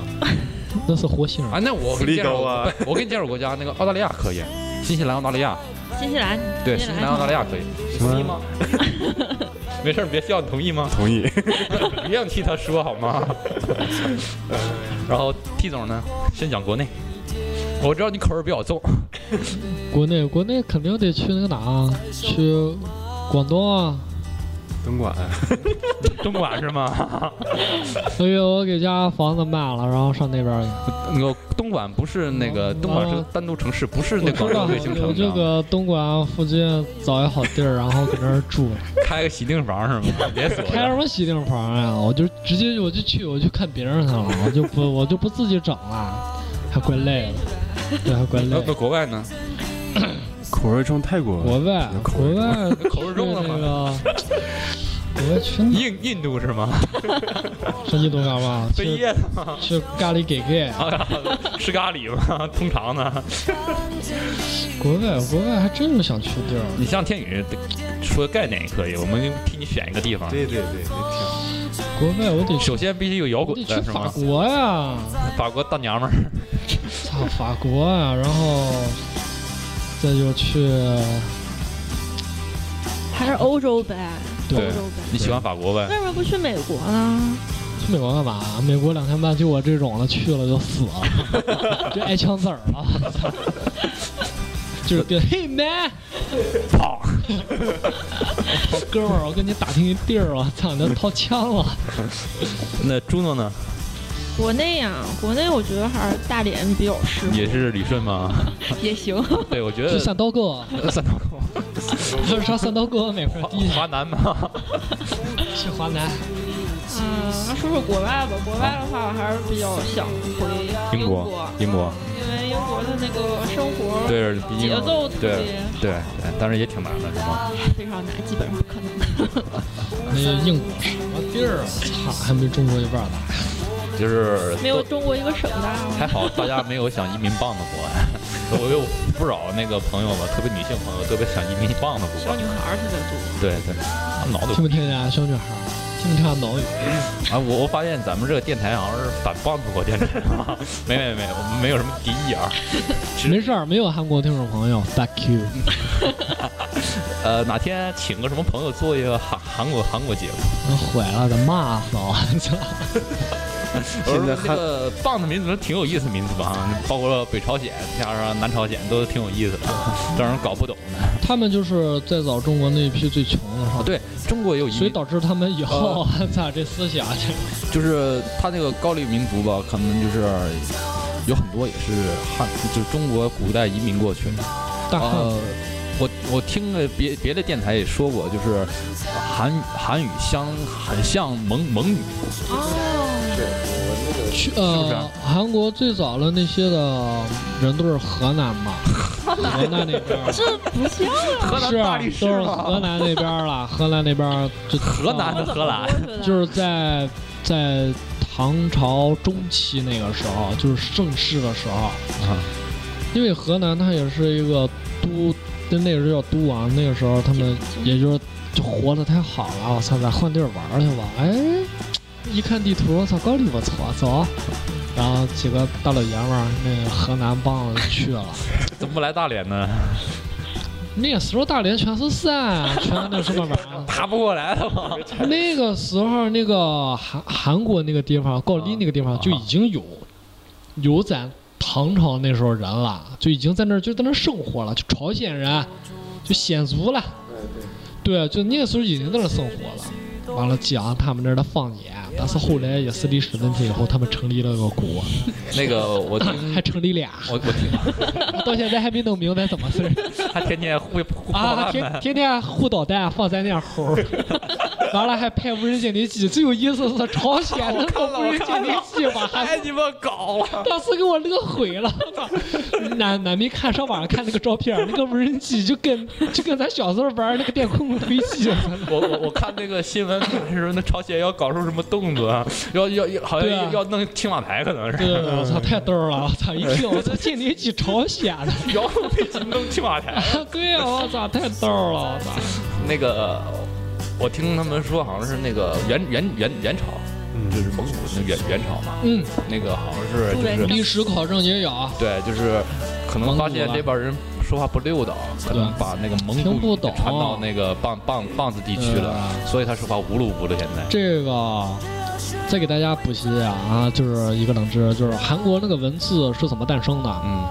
Speaker 2: 那是火星人
Speaker 4: 啊，那我
Speaker 3: 福
Speaker 4: 给你
Speaker 3: 利
Speaker 4: 介绍
Speaker 3: 高啊
Speaker 4: 我， (laughs) 我给你介绍国家，那个澳大利亚可以，新西兰、澳大利亚，
Speaker 5: 新西兰，
Speaker 4: 对，
Speaker 5: 新
Speaker 4: 新
Speaker 5: 西
Speaker 4: 西
Speaker 5: 兰
Speaker 4: 兰、澳大利亚可以，你同意
Speaker 3: 什
Speaker 4: 吗？ (laughs) 没事儿，别笑，你同意吗？
Speaker 3: 同意。
Speaker 4: (laughs) 不要替他说好吗？ (laughs) 然后 T 总呢，先讲国内，我知道你口味比较重，
Speaker 2: 国内国内肯定得去那个哪啊，去广东啊。
Speaker 3: 东莞，
Speaker 4: 东莞是 (laughs) 吗？
Speaker 2: 所以我给家房子卖了，然后上那边去。
Speaker 4: 那个东莞不是那个东莞是
Speaker 2: 哦
Speaker 4: 单独城市，不是那
Speaker 2: 我
Speaker 4: 广
Speaker 2: 知道
Speaker 4: 州卫星城
Speaker 2: 有这
Speaker 4: 市啊，
Speaker 2: 个东莞附近找一好地儿，然后搁那儿
Speaker 4: (laughs)
Speaker 2: 住。
Speaker 4: 开个喜订房是吗？连锁
Speaker 2: 开什
Speaker 4: 的。
Speaker 2: 么喜订房呀、我就直接我就去我就看别人去了，我就不我就不自己整了，还怪累的，对，还怪累
Speaker 4: 那。那呃国外呢？
Speaker 3: 口味重泰国。
Speaker 2: 国外
Speaker 3: 口
Speaker 2: 国
Speaker 3: 味
Speaker 2: 外
Speaker 4: 那口味
Speaker 2: 是
Speaker 4: 重了
Speaker 2: 那
Speaker 4: 吗？
Speaker 2: 个，国外去哪
Speaker 4: 印印度是吗？
Speaker 2: 神奇多干嘛？
Speaker 4: 飞
Speaker 2: 去
Speaker 4: 叶子吗？
Speaker 2: 去咖喱给给。
Speaker 4: 啊吃咖喱吗？通常呢？
Speaker 2: 国外国外还真有想去地儿，
Speaker 4: 你像天宇说概念也可以，我们替你选一个地方。
Speaker 3: 对对对，也挺好。
Speaker 2: 国外我得去
Speaker 4: 首先必须有摇
Speaker 2: 我
Speaker 4: 滚
Speaker 2: 得去
Speaker 4: 的是
Speaker 2: 法
Speaker 4: 吗？
Speaker 2: 国呀，
Speaker 4: 法国大娘们儿，
Speaker 2: 操法国啊，然后再就去
Speaker 5: 还是欧洲呗，欧
Speaker 2: 对
Speaker 4: 对
Speaker 5: 洲呗。
Speaker 4: 你喜欢法国呗？
Speaker 5: 为什么不去美国呢？
Speaker 2: 去美国干嘛？美国两天半，就我这种了，去了就死了， (laughs) 就挨枪子儿了， (laughs) 就是跟嘿 man，
Speaker 4: 操！
Speaker 2: 哥们儿，我跟你打听一地儿，我操，你都掏枪了，
Speaker 4: 那朱诺呢？
Speaker 5: 国内呀，国内我觉得还是大连比较适合，
Speaker 4: 也是理顺吗？
Speaker 5: 也行。
Speaker 4: 对，我觉
Speaker 2: 去
Speaker 4: 得
Speaker 2: 三刀哥，
Speaker 4: 三道口，
Speaker 2: 他是上三刀哥美国第一
Speaker 4: (laughs) 华南吗？
Speaker 2: 去华南，
Speaker 5: 嗯，那说说国外吧，国外的话我还是比较想回
Speaker 4: 英国，英国，
Speaker 5: 因为英国的那个生活
Speaker 4: 对，毕竟
Speaker 5: 节奏特
Speaker 4: 对
Speaker 5: 别
Speaker 4: 对对，但是也挺难的，是吗？
Speaker 5: 非常难，基本上不可能。
Speaker 2: 那英国什么地儿啊？操，还没中国一半儿大。
Speaker 4: 就是
Speaker 5: 没有中国一个省大。
Speaker 4: 还好大家没有想移民棒的国外， (laughs) 我有不少那个朋友吧，特别女性朋友特别想移民棒的国
Speaker 5: 小
Speaker 4: 外
Speaker 5: 女。孩儿特别多，
Speaker 4: 对对，啊脑子
Speaker 2: 听不听见啊，小女孩儿？听不听见脑语？
Speaker 4: 啊，我我发现咱们这个电台好像是反棒子国电台啊， (laughs) 没没没，我们没有什么敌意啊。
Speaker 2: 没事儿，没有韩国听众朋友，fuck you。
Speaker 4: 呃，哪天请个什么朋友做一个韩韩国韩国节目？
Speaker 2: 那毁了，得骂死我！操，
Speaker 4: 我
Speaker 3: 现
Speaker 4: 说
Speaker 3: 在
Speaker 4: 呃这个棒子民族挺有意思的民族啊，包括北朝鲜加上南朝鲜都挺有意 (laughs) 思的，让人搞不懂的。
Speaker 2: 他们就是最早中国那一批最穷的，是吧
Speaker 4: 啊，对呃中国也有移
Speaker 2: 所以
Speaker 4: 民
Speaker 2: 导致他们以后， (laughs) 操、这思想啊这
Speaker 4: 就是他那个高丽民族吧，可能就是有很多也是汉，就是中国古代移民过去 (laughs) 的。
Speaker 2: 大汉、
Speaker 4: 呃，我我听了别别的电台也说过，就是韩韩语相很像蒙蒙语，
Speaker 5: 哦，
Speaker 2: 去
Speaker 4: 是不是
Speaker 2: 呃
Speaker 4: 啊
Speaker 2: 韩国最早的那些的人都是河南
Speaker 4: (laughs)
Speaker 2: 嘛，河南那边儿。
Speaker 5: 这不像
Speaker 4: 河南
Speaker 2: 是啊
Speaker 4: 大力，士
Speaker 2: 都是
Speaker 4: 吗
Speaker 2: 河南那边儿了，河南那边儿就
Speaker 4: 河南的荷兰，
Speaker 2: 就是在在唐朝中期那个时候，就是盛世的时候，
Speaker 4: 啊
Speaker 2: 因为河南它也是一个都，就那个时候叫都王，那个时候他们也就是就活得太好了，我操，咱换地儿玩儿去吧。哎，一看地图，我操，高丽，我操，走。然后几个大老爷们儿，那个河南帮去了。 (laughs)
Speaker 4: 怎么不来大连呢？ (laughs)
Speaker 2: 那时候大连全是山，全都是个嘛。
Speaker 4: 打不过来了吗？ (laughs)
Speaker 2: 那个时候，那个韩韩国那个地方，高丽那个地方就已经有，有咱唐朝那时候人了，就已经在那儿就在那儿生活了，就朝鲜人，就鲜族了。对，就那个时候已经在那儿生活了。完了讲他们那儿的方言，但是后来也是历史问题，以后他们成立了个国， (coughs)
Speaker 4: 那个我听，
Speaker 2: 还成立俩， (coughs)
Speaker 4: 我我听，
Speaker 2: 我到现在还没弄明白怎么回事儿
Speaker 4: 他天天会互
Speaker 2: (laughs) 啊！天天天互捣蛋，放咱那猴 (laughs) 儿，完了还派无人监视器，最有意思是朝 (laughs) 鲜那个无人监视器吧，还
Speaker 4: 太鸡巴搞了，
Speaker 2: 当时给我乐毁了，哎我操！哪哪没看上网上看那个照片儿，那个无人机就跟就跟咱小时候玩儿那个电控推机，
Speaker 4: 我我我看那个新闻看的时候，那朝鲜要搞出什么动作啊，要要要，好像
Speaker 2: 对啊
Speaker 4: 要要弄青瓦台可能是
Speaker 2: (laughs) 对，对对，我操，太逗了！我操，一听 (laughs) 我操，间谍机朝鲜的。 (laughs)
Speaker 4: 要被金弄青瓦台。
Speaker 2: 对呀、我操，太逗了，我操！
Speaker 4: 那个我听他们说，好像是那个元元元元朝，就是蒙古那元元朝嘛，
Speaker 2: 嗯，
Speaker 4: 那个好像是就
Speaker 5: 对
Speaker 4: 是
Speaker 2: 历史考证也有，啊
Speaker 4: 对，就是可能发现这边人说话不溜达，可能把那个蒙
Speaker 2: 听
Speaker 4: 古
Speaker 2: 不
Speaker 4: 语
Speaker 2: 懂
Speaker 4: 传到那个棒棒棒子地区了，所以他说话无噜无噜。现在
Speaker 2: 这个再给大家补习啊啊，就是一个冷知识，就是韩国那个文字是怎么诞生的？
Speaker 4: 嗯，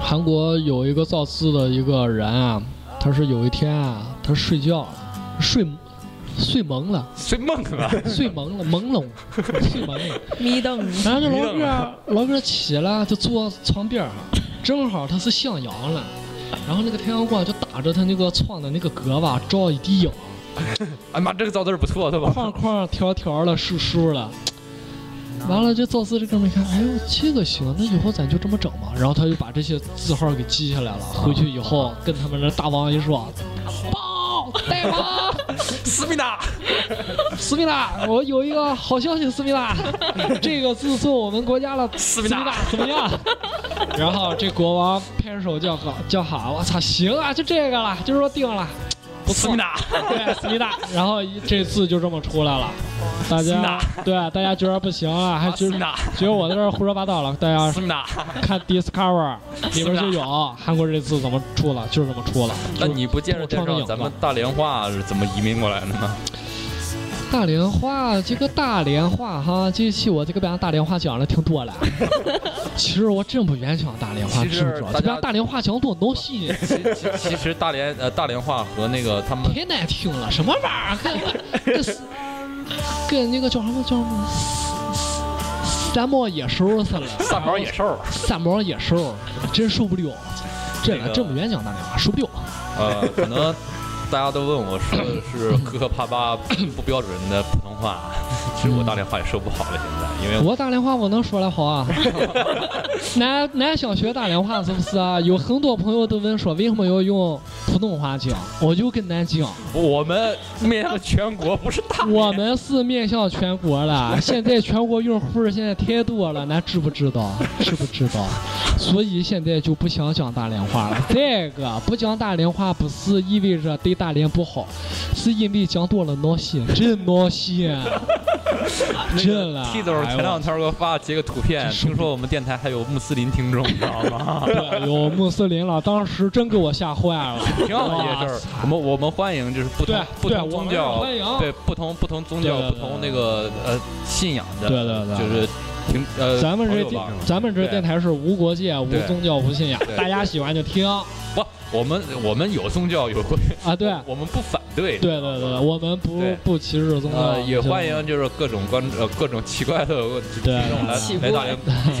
Speaker 2: 韩国有一个造字的一个人啊，他是有一天啊，他睡觉了睡睡蒙了，
Speaker 4: 睡梦啊了，
Speaker 2: 睡蒙了，朦胧，睡蒙了。
Speaker 5: 眯瞪
Speaker 2: 然后这老哥，老哥起来就坐床边儿上，正好他是向阳了，然后那个太阳光就打着他那个窗的那个格吧，照一地影，
Speaker 4: (laughs) 哎妈，这个造字儿不错，对吧？
Speaker 2: 框框条条了，竖竖了。
Speaker 4: 嗯
Speaker 2: 完了，这造字这哥们一看，哎呦，这个行，那以后咱就这么整吧。然后他就把这些字号给记下来了，回去以后跟他们那大王一说，报大王，
Speaker 4: (laughs) 思密达，
Speaker 2: 思密达，我有一个好消息，思密
Speaker 4: (laughs)
Speaker 2: 达，这个字送我们国家了，思
Speaker 4: 思密
Speaker 2: 密
Speaker 4: 达
Speaker 2: 达怎么样？ (laughs) 然后这国王拍着手叫好，叫好，我操，行啊，就这个了，就说定了，不
Speaker 4: 思
Speaker 2: 错
Speaker 4: 密，达，
Speaker 2: 对，思密达。然后一这字就这么出来了，大
Speaker 4: 思
Speaker 2: 家
Speaker 4: 密达
Speaker 2: 对大家觉得不行了，还
Speaker 4: 思
Speaker 2: 觉
Speaker 4: 密
Speaker 2: 得
Speaker 4: 达，
Speaker 2: 觉得我在这儿胡说八道了，大家
Speaker 4: 思
Speaker 1: 啊
Speaker 4: 密达。
Speaker 2: 看 Discover 里边就有韩国这字怎么出了，就是这么出了。
Speaker 4: (laughs) 那你不介绍介绍咱们大连话是怎么移民过来的呢？
Speaker 2: 大连话，这个大连话哈，这期我这个把大连话讲了挺
Speaker 4: (laughs)
Speaker 2: 多了。其实我真不愿讲大连话，
Speaker 4: 其实
Speaker 2: 知不知道？
Speaker 4: 大家
Speaker 2: 这边大连话讲多闹心，
Speaker 4: 其其其实大连呃大连话和那个他 (laughs) 们
Speaker 2: 太难听了，什么玩意儿？跟跟死跟那个叫什么叫什么死三毛野兽似的，
Speaker 4: 三毛野兽，
Speaker 2: 三毛野兽，真受不了。真
Speaker 4: 这
Speaker 2: 的
Speaker 4: 个
Speaker 2: 真不愿讲大连话，受不了。
Speaker 4: 呃，可能大家都问我 (laughs) 说的是磕磕巴巴不标准的普通话，其实我大连话也说不好了，现在因为我
Speaker 2: 我大连话我能说得好
Speaker 4: (laughs)
Speaker 2: 啊。男男想学大连话是不是啊？有很多朋友都问说为什么要用普通话讲，我就跟咱讲，
Speaker 4: 我们面向全国不是大 (laughs)
Speaker 2: (laughs)
Speaker 4: 连
Speaker 2: 我们是面向全国
Speaker 4: (laughs)
Speaker 2: 了，现在全国用户儿现在太多了，咱知不知道？ (laughs) 知不知道？所以现在就不想讲大连话了。这个不讲大连话不是意味着对大连不好，是因为讲多了闹心，真闹
Speaker 4: (laughs)
Speaker 2: 心，真了。
Speaker 4: T 总
Speaker 2: 哎
Speaker 4: 前
Speaker 2: 呦
Speaker 4: 两天给我发截个图片，
Speaker 2: 是
Speaker 4: 听说我们电台还有穆斯林听众，你知道吗？ (laughs)
Speaker 2: 对，有穆斯林了，当时真给我吓坏了。
Speaker 4: 挺好的一件事儿
Speaker 2: 哇塞。
Speaker 4: 我们我们欢迎就是不同
Speaker 2: 对
Speaker 4: 不
Speaker 2: 对
Speaker 4: 同
Speaker 2: 我
Speaker 4: 宗
Speaker 2: 们
Speaker 4: 教，
Speaker 2: 欢迎
Speaker 4: 对不同不同宗教
Speaker 2: 对对
Speaker 4: 不
Speaker 2: 对
Speaker 4: 同那个呃信仰的，
Speaker 2: 对对对
Speaker 4: 就是挺呃
Speaker 2: 咱们
Speaker 4: 朋
Speaker 2: 这
Speaker 4: 友吧
Speaker 2: 电，咱们这电台是无国界、无宗教、无信仰
Speaker 4: 对对，
Speaker 2: 大家喜欢就听啊。
Speaker 4: 不，我们我们有宗教有会，
Speaker 2: 对，
Speaker 4: (laughs) 我们不反对。
Speaker 2: 对对啊对对，我们不
Speaker 4: 对
Speaker 2: 不歧视宗教
Speaker 4: 呃，，也
Speaker 2: 就
Speaker 4: 欢迎就是各种观呃各种奇怪的听众
Speaker 2: 对
Speaker 4: 来
Speaker 5: 奇
Speaker 4: 来
Speaker 5: 怪
Speaker 4: 大连做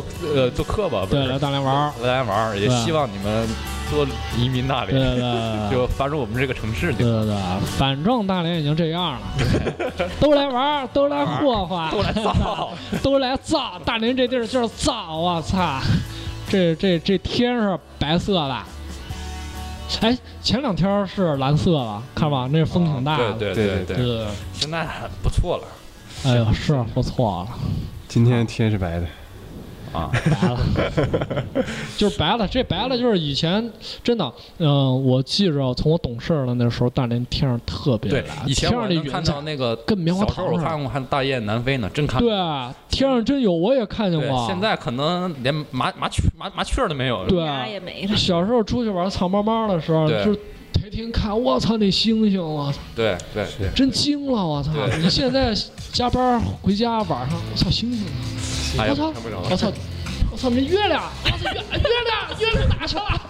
Speaker 4: 做呃做客吧，不
Speaker 2: 对
Speaker 4: 是
Speaker 2: 来大连玩儿。
Speaker 4: 来大连玩儿，也
Speaker 2: 对
Speaker 4: 希望你们多移民大
Speaker 2: 对对
Speaker 4: 连，
Speaker 2: 对对对
Speaker 4: 就发入我们这个城市
Speaker 2: 对
Speaker 4: 就
Speaker 2: 对对，反正大连已经这
Speaker 4: (laughs)
Speaker 2: 样了，都来玩儿，都来霍霍，
Speaker 4: 都来造。
Speaker 2: 都来造，大连这地儿就是造，我操！这这这天是白色的，哎，前两天是蓝色的，看吧，那 (laughs) 风挺大的，
Speaker 4: 啊对对
Speaker 3: 对
Speaker 4: 对对，
Speaker 2: 对，
Speaker 4: 现在不错了。
Speaker 2: 啊哎呦，是不错了。
Speaker 3: 今天天是白的，
Speaker 4: 啊，
Speaker 2: 白了，就是白了。这白了就是以前真的，嗯、我记着从我懂事儿了那时候，大连天上特别
Speaker 4: 对
Speaker 2: 蓝，，
Speaker 4: 以前
Speaker 2: 天
Speaker 4: 我
Speaker 2: 上的
Speaker 4: 能
Speaker 2: 云
Speaker 4: 看
Speaker 2: 彩
Speaker 4: 到那个
Speaker 2: 跟棉花
Speaker 4: 小时候
Speaker 2: 糖
Speaker 4: 我
Speaker 2: 似的。
Speaker 4: 看过，看大雁南飞呢，真看过。
Speaker 2: 对，啊天上真有，我也看见
Speaker 4: 对
Speaker 2: 过。
Speaker 4: 现在可能连麻麻雀麻麻雀都没有。
Speaker 2: 对
Speaker 5: 家也没了。
Speaker 2: 小时候出去玩藏猫猫的时候，
Speaker 4: 对
Speaker 2: 就是抬天看，我操那星星，我操，
Speaker 4: 对对对，
Speaker 2: 真惊了，我操！
Speaker 4: 对
Speaker 2: 你现在加班回家晚上，我操星星呢，
Speaker 4: 哎
Speaker 2: 我，
Speaker 4: 呀
Speaker 2: 操
Speaker 3: 看不着，
Speaker 2: 我操，我操那月亮，我操月月亮月亮哪去了？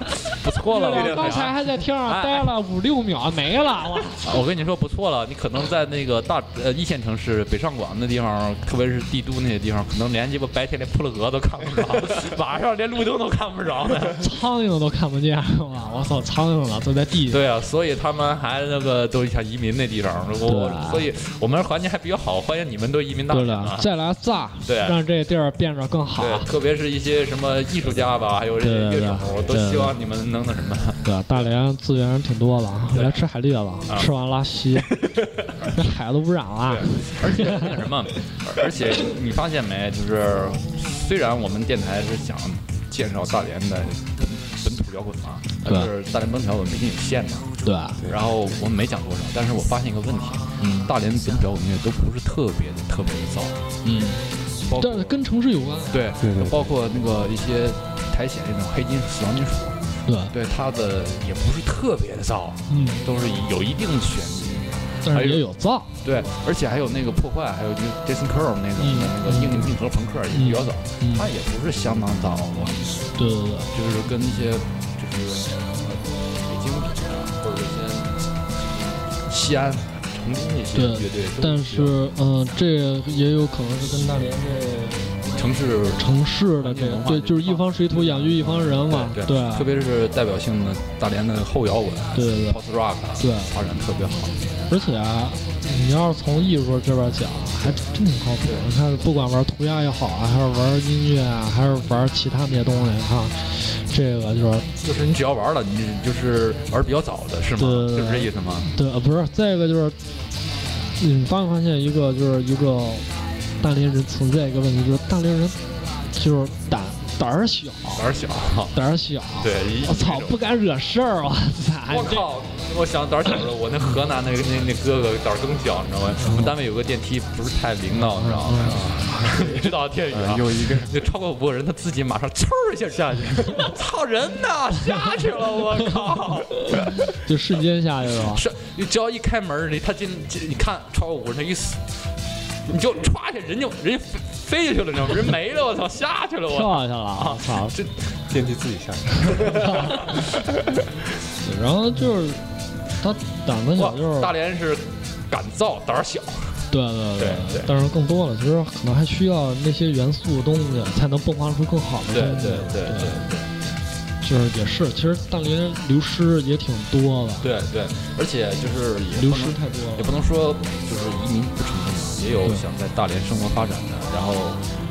Speaker 4: 不错了，
Speaker 2: 月
Speaker 4: 我
Speaker 2: 亮啊刚才还在天上待了五六秒，没了，我操！
Speaker 4: 啊我跟你说不错了，你可能在那个大呃一线城市北上广那地方，特别是帝都那些地方，可能连鸡巴白天连扑棱蛾都看不着， (laughs) 晚上连路灯都看不着
Speaker 2: (laughs)
Speaker 4: 呢。
Speaker 2: 苍蝇都看不见哇！我操，苍蝇了，都在地上。
Speaker 4: 对啊，所以他们还那个都想移民那地方，
Speaker 2: 对啊
Speaker 4: 我所以我们环境还比较好，欢迎你们都移民到
Speaker 2: 对
Speaker 4: 连
Speaker 2: 了
Speaker 4: 啊，。
Speaker 2: 再来炸，
Speaker 4: 对啊
Speaker 2: 让这地儿变着更好。
Speaker 4: 对，特别是一些什么艺术家吧，还有这
Speaker 2: 对
Speaker 4: 些
Speaker 2: 对
Speaker 4: 乐
Speaker 2: 啊对
Speaker 4: 手，我都
Speaker 2: 对
Speaker 4: 希望你们能那什么。
Speaker 2: 对，大连资源挺多的啊，
Speaker 4: 对
Speaker 2: 来吃海蛎子，吃完拉
Speaker 4: (laughs)
Speaker 2: 稀，那海都污染了。
Speaker 4: 而且那什么，而且 (laughs) 你发现没，就是虽然我们电台是想介绍大连的本本土摇滚啊，但是大连本土摇滚毕竟有限嘛。
Speaker 2: 对，
Speaker 4: 然后我没讲多少，但是我发现一个问题，大连本土摇滚乐都不是特别的特别的燥，
Speaker 2: 嗯，
Speaker 4: 包
Speaker 2: 但是
Speaker 4: 括
Speaker 2: 跟城市有关。
Speaker 4: 对
Speaker 3: 对对对
Speaker 4: 包括那个一些苔藓那种黑金属、死亡金属，
Speaker 2: 对，
Speaker 4: 对它的也不是特别的燥，
Speaker 2: 嗯，
Speaker 4: 都是有一定的旋律。
Speaker 2: 但是也有造。
Speaker 4: 对，而且还有那个破坏，还有就是 Jason Curl 那种
Speaker 2: 嗯
Speaker 4: 的那个硬硬核朋克也比较早
Speaker 2: 嗯，
Speaker 4: 他也不是相当早了，
Speaker 2: 对对对，
Speaker 4: 就是跟一些就是北京比啊，或者一些西安、成都那些
Speaker 2: 对
Speaker 4: 乐队都比较，
Speaker 2: 但是嗯、这也有可能是跟大连这
Speaker 4: 城市
Speaker 2: 城市的这个
Speaker 4: 文，化
Speaker 2: 对，
Speaker 4: 这一
Speaker 2: 就是一
Speaker 4: 块
Speaker 2: 方水土养育一方人嘛。
Speaker 4: 对
Speaker 2: 对，啊
Speaker 4: 特别是代表性的大连的后摇滚、
Speaker 2: 对对对
Speaker 4: post rock 啊
Speaker 2: 对
Speaker 4: 发展特别好。
Speaker 2: 而且啊，你要是从艺术这边讲，还真挺靠谱。你看，不管玩涂鸦也好啊，还是玩音乐啊，还是玩其他那些东西哈、这个就是
Speaker 4: 就是你只要玩了，你就是玩比较早的是吗？
Speaker 2: 对对对
Speaker 4: 就是这意思吗？
Speaker 2: 对，呃，不是，再一个就是，你发没发现一个就是一个大连人存在一个问题，就是大连人就是胆胆儿小，
Speaker 4: 胆儿小，
Speaker 2: 胆儿小。
Speaker 4: 对，一
Speaker 2: 我操
Speaker 4: 一，种
Speaker 2: 不敢惹事儿，我操！
Speaker 4: 我靠！哎我想胆儿小的时候，我那河南那个那那哥哥胆儿更小，你知道吗？我们单位有个电梯不是太灵了，你知道吗？你知道天宇啊
Speaker 3: 呃，有一个
Speaker 4: 就超过五个人，他自己马上嗖一下下去，操人呢，下去了，我靠！
Speaker 2: 这就瞬间下去了。
Speaker 4: 是，你只要一开门，你他进进，你看超过五个人，他一死，你就歘一下，人就人就飞飞下去了，你知道吗？人没了，我操，下去了，我
Speaker 2: 跳下去了，我操！
Speaker 4: 这
Speaker 3: 电梯自己下去。
Speaker 2: 然后就是他胆子
Speaker 4: 哇
Speaker 2: 小，就是，
Speaker 4: 大连嗯是敢造，胆儿小，
Speaker 2: 对对
Speaker 4: 对对
Speaker 2: 但是更多了，其实可能还需要那些元素的东西，才能迸发出更好的
Speaker 4: 对
Speaker 2: 东西。
Speaker 4: 对对对。
Speaker 2: 就是也是，其实大连流失也挺多的，
Speaker 4: 对对，而且就是也
Speaker 2: 流
Speaker 4: 不
Speaker 2: 失
Speaker 4: 能
Speaker 2: 太多了。
Speaker 4: 也不能说就是移民不成功嘛，也有
Speaker 2: 对
Speaker 4: 想在大连生活发展的，然后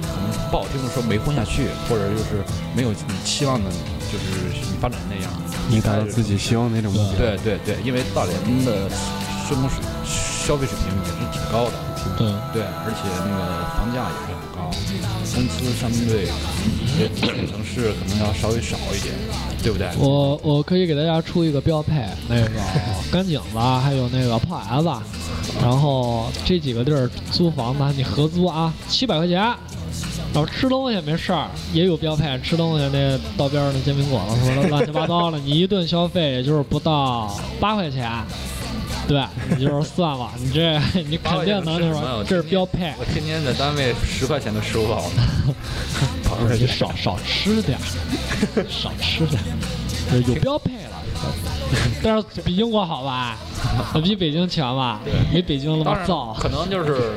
Speaker 4: 可能不好听的说没混下去，或者就是没有你期望的，就是你发展那样。
Speaker 3: 你达到自己希望那种目标。
Speaker 4: 对对对，因为大连的生活水消费水平也是挺高的，
Speaker 2: 对，
Speaker 4: 对，而且那个房价也是很高，工资相对比一些一线城市可能要稍微少一点，对不对？
Speaker 2: 我我可以给大家出一个标配，那个干井子，还有那个炮台子，然后这几个地儿租房子，你合租啊，七百块钱。然后吃东西没事儿，也有标配，吃东西那道边儿那煎饼果子什么的乱七八糟的，你一顿消费也就是不到八块钱，对你就是算吧，你这你肯定能那什么，这是标配。
Speaker 4: 我天天在单位十块钱都吃不
Speaker 5: (laughs)
Speaker 4: 饱呢。
Speaker 2: 不是，你少少吃点儿，少吃点儿，呃有标配了。 (laughs) 但是比英国好吧？呃比北京强吧？没北京那
Speaker 4: 当
Speaker 2: 么
Speaker 4: 然
Speaker 2: 燥，。
Speaker 4: 可能 (laughs) 就是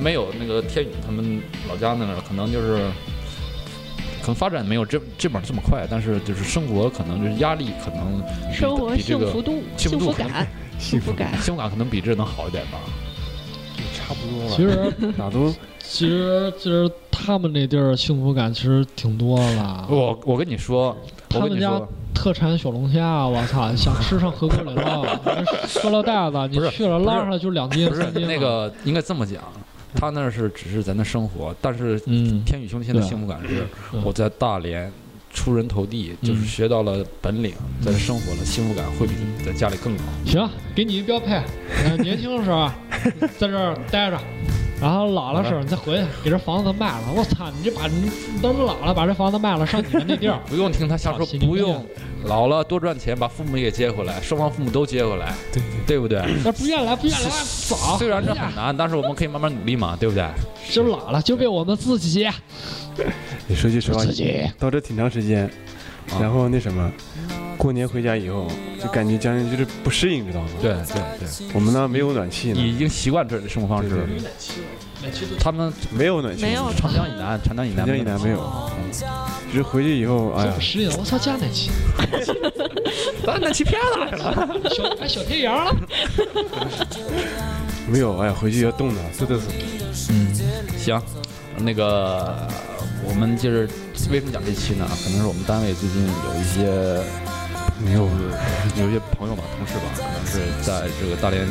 Speaker 4: 没有那个天宇他们老家那个，可能就是可能发展没有这这边这么快，但是就是生活可能就是压力可能比
Speaker 5: 生活
Speaker 4: 比这
Speaker 5: 幸
Speaker 4: 个
Speaker 5: 福度、
Speaker 4: 幸
Speaker 5: 幸
Speaker 4: 福
Speaker 5: 福
Speaker 4: 度可能
Speaker 5: 感、幸福感。
Speaker 4: 幸福感可能比这能好一点吧。
Speaker 3: 差不多了。
Speaker 2: 其实，
Speaker 3: 哪都
Speaker 2: 其实，其实他们那地儿幸福感其实挺多的。
Speaker 5: 哦
Speaker 4: 我我跟你说，
Speaker 2: 他
Speaker 4: 我跟
Speaker 2: 们
Speaker 4: 你
Speaker 2: 家
Speaker 4: 说，
Speaker 2: 特产小龙虾，啊我操，想吃上河沟啊 (laughs) 里捞，那塑料袋子，你
Speaker 4: 不是
Speaker 2: 去了
Speaker 4: 不是
Speaker 2: 捞上来就两斤
Speaker 4: 不是
Speaker 2: 三斤了。
Speaker 4: 那个应该这么讲，他那是只是在那生活，但是
Speaker 2: 嗯，
Speaker 4: 天宇兄弟现在
Speaker 6: 啊
Speaker 4: 幸福感是
Speaker 2: 对啊
Speaker 4: 我在大连出人头地，
Speaker 2: 嗯
Speaker 4: 就是学到了本领，在这生活了，幸福感会比在家里更高。
Speaker 2: 行，给你一标配，呃年轻的时候
Speaker 4: (laughs)
Speaker 2: 啊在这儿待着。然后老了时候你再回去，给这房子卖了。我操，你这把你等你老了把这房子卖了，上你们那地
Speaker 4: (laughs)，
Speaker 2: 儿
Speaker 4: 不用听他瞎说
Speaker 2: 好心，里
Speaker 4: 不
Speaker 2: 面
Speaker 4: 用老了多赚钱，把父母也接回来，双方父母都接回来，
Speaker 2: 对
Speaker 4: 对不对？
Speaker 2: 那不愿来不愿来，走。
Speaker 4: 虽然这
Speaker 2: 回家
Speaker 4: 很难，但是我们可以慢慢努力嘛，对不对？
Speaker 2: 就老了就为我们自
Speaker 4: 哎
Speaker 2: 己。
Speaker 6: 你说句实话
Speaker 2: 自己，
Speaker 6: 到这挺长时间，
Speaker 4: 啊
Speaker 6: 然后那什么，过年回家以后就感觉家人就是不适应，知道吗？
Speaker 4: 对对对，
Speaker 6: 我们那没有暖气呢，
Speaker 4: 已经习惯这里的生活方式了
Speaker 6: 对。
Speaker 4: 他们
Speaker 6: 没有暖气，
Speaker 5: 没有
Speaker 4: 长江以南，长江以南，
Speaker 6: 长江以南没有，嗯就是回去以后，哎呀
Speaker 2: 不，适应，我操，家哪去？
Speaker 4: (laughs) 咱那欺骗了。
Speaker 2: (laughs) 小哎小天阳了，
Speaker 6: 没有，哎呀，回去要冻的，是的是。
Speaker 4: 嗯行，那个我们就是为什么讲这期呢？可能是我们单位最近有一些没有有一些朋友吧、同事吧，可能是在这个大连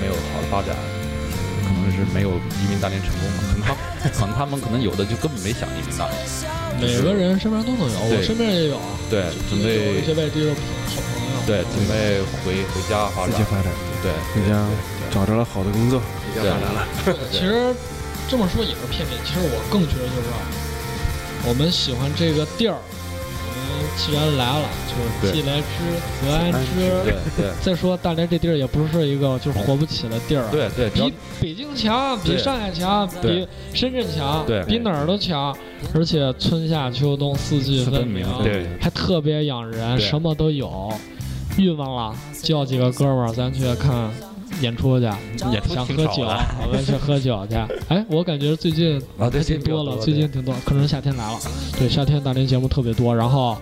Speaker 4: 没有好的发展，可能是没有移民大连成功嘛，可能他可能他们可能有的就根本没想移民大连，
Speaker 2: 每个人身边都能有，
Speaker 4: 对
Speaker 2: 我身边也有，啊
Speaker 4: 对，准
Speaker 2: 有一些
Speaker 4: 备
Speaker 2: 外地的好朋友。
Speaker 4: 对准备回回家发
Speaker 6: 自
Speaker 4: 展
Speaker 6: 己，发展，
Speaker 4: 对
Speaker 6: 回家找着了好的工作，
Speaker 4: 对
Speaker 2: (laughs) 其实这么说也是片面，其实我更觉得就是啊，我们喜欢这个地儿，我们既然来了，就是
Speaker 4: 对
Speaker 2: 既来之则安
Speaker 4: 对
Speaker 2: 之。
Speaker 4: 对
Speaker 2: 再说大连这地儿也不是一个就是活不起的地儿啊，
Speaker 4: 对对，只要
Speaker 2: 比北京强，比
Speaker 4: 对
Speaker 2: 上海强，比
Speaker 4: 对
Speaker 2: 深圳强，
Speaker 4: 对
Speaker 2: 比哪儿都强，而且春夏秋冬四季
Speaker 4: 四分
Speaker 2: 明，
Speaker 4: 明
Speaker 6: 对
Speaker 2: 还特别养人，
Speaker 4: 对
Speaker 2: 什么都有。郁闷了，叫几个哥们儿，咱去看演出去，
Speaker 4: 演出
Speaker 2: 想
Speaker 4: 挺
Speaker 2: 喝
Speaker 4: 少
Speaker 2: 酒， (laughs)
Speaker 4: 的
Speaker 2: 我们去喝酒去。哎，我感觉最近
Speaker 4: 啊，对，
Speaker 2: 挺
Speaker 4: 这
Speaker 2: 多了，最近挺多，可能夏天来了。对，夏天大连节目特别多，然后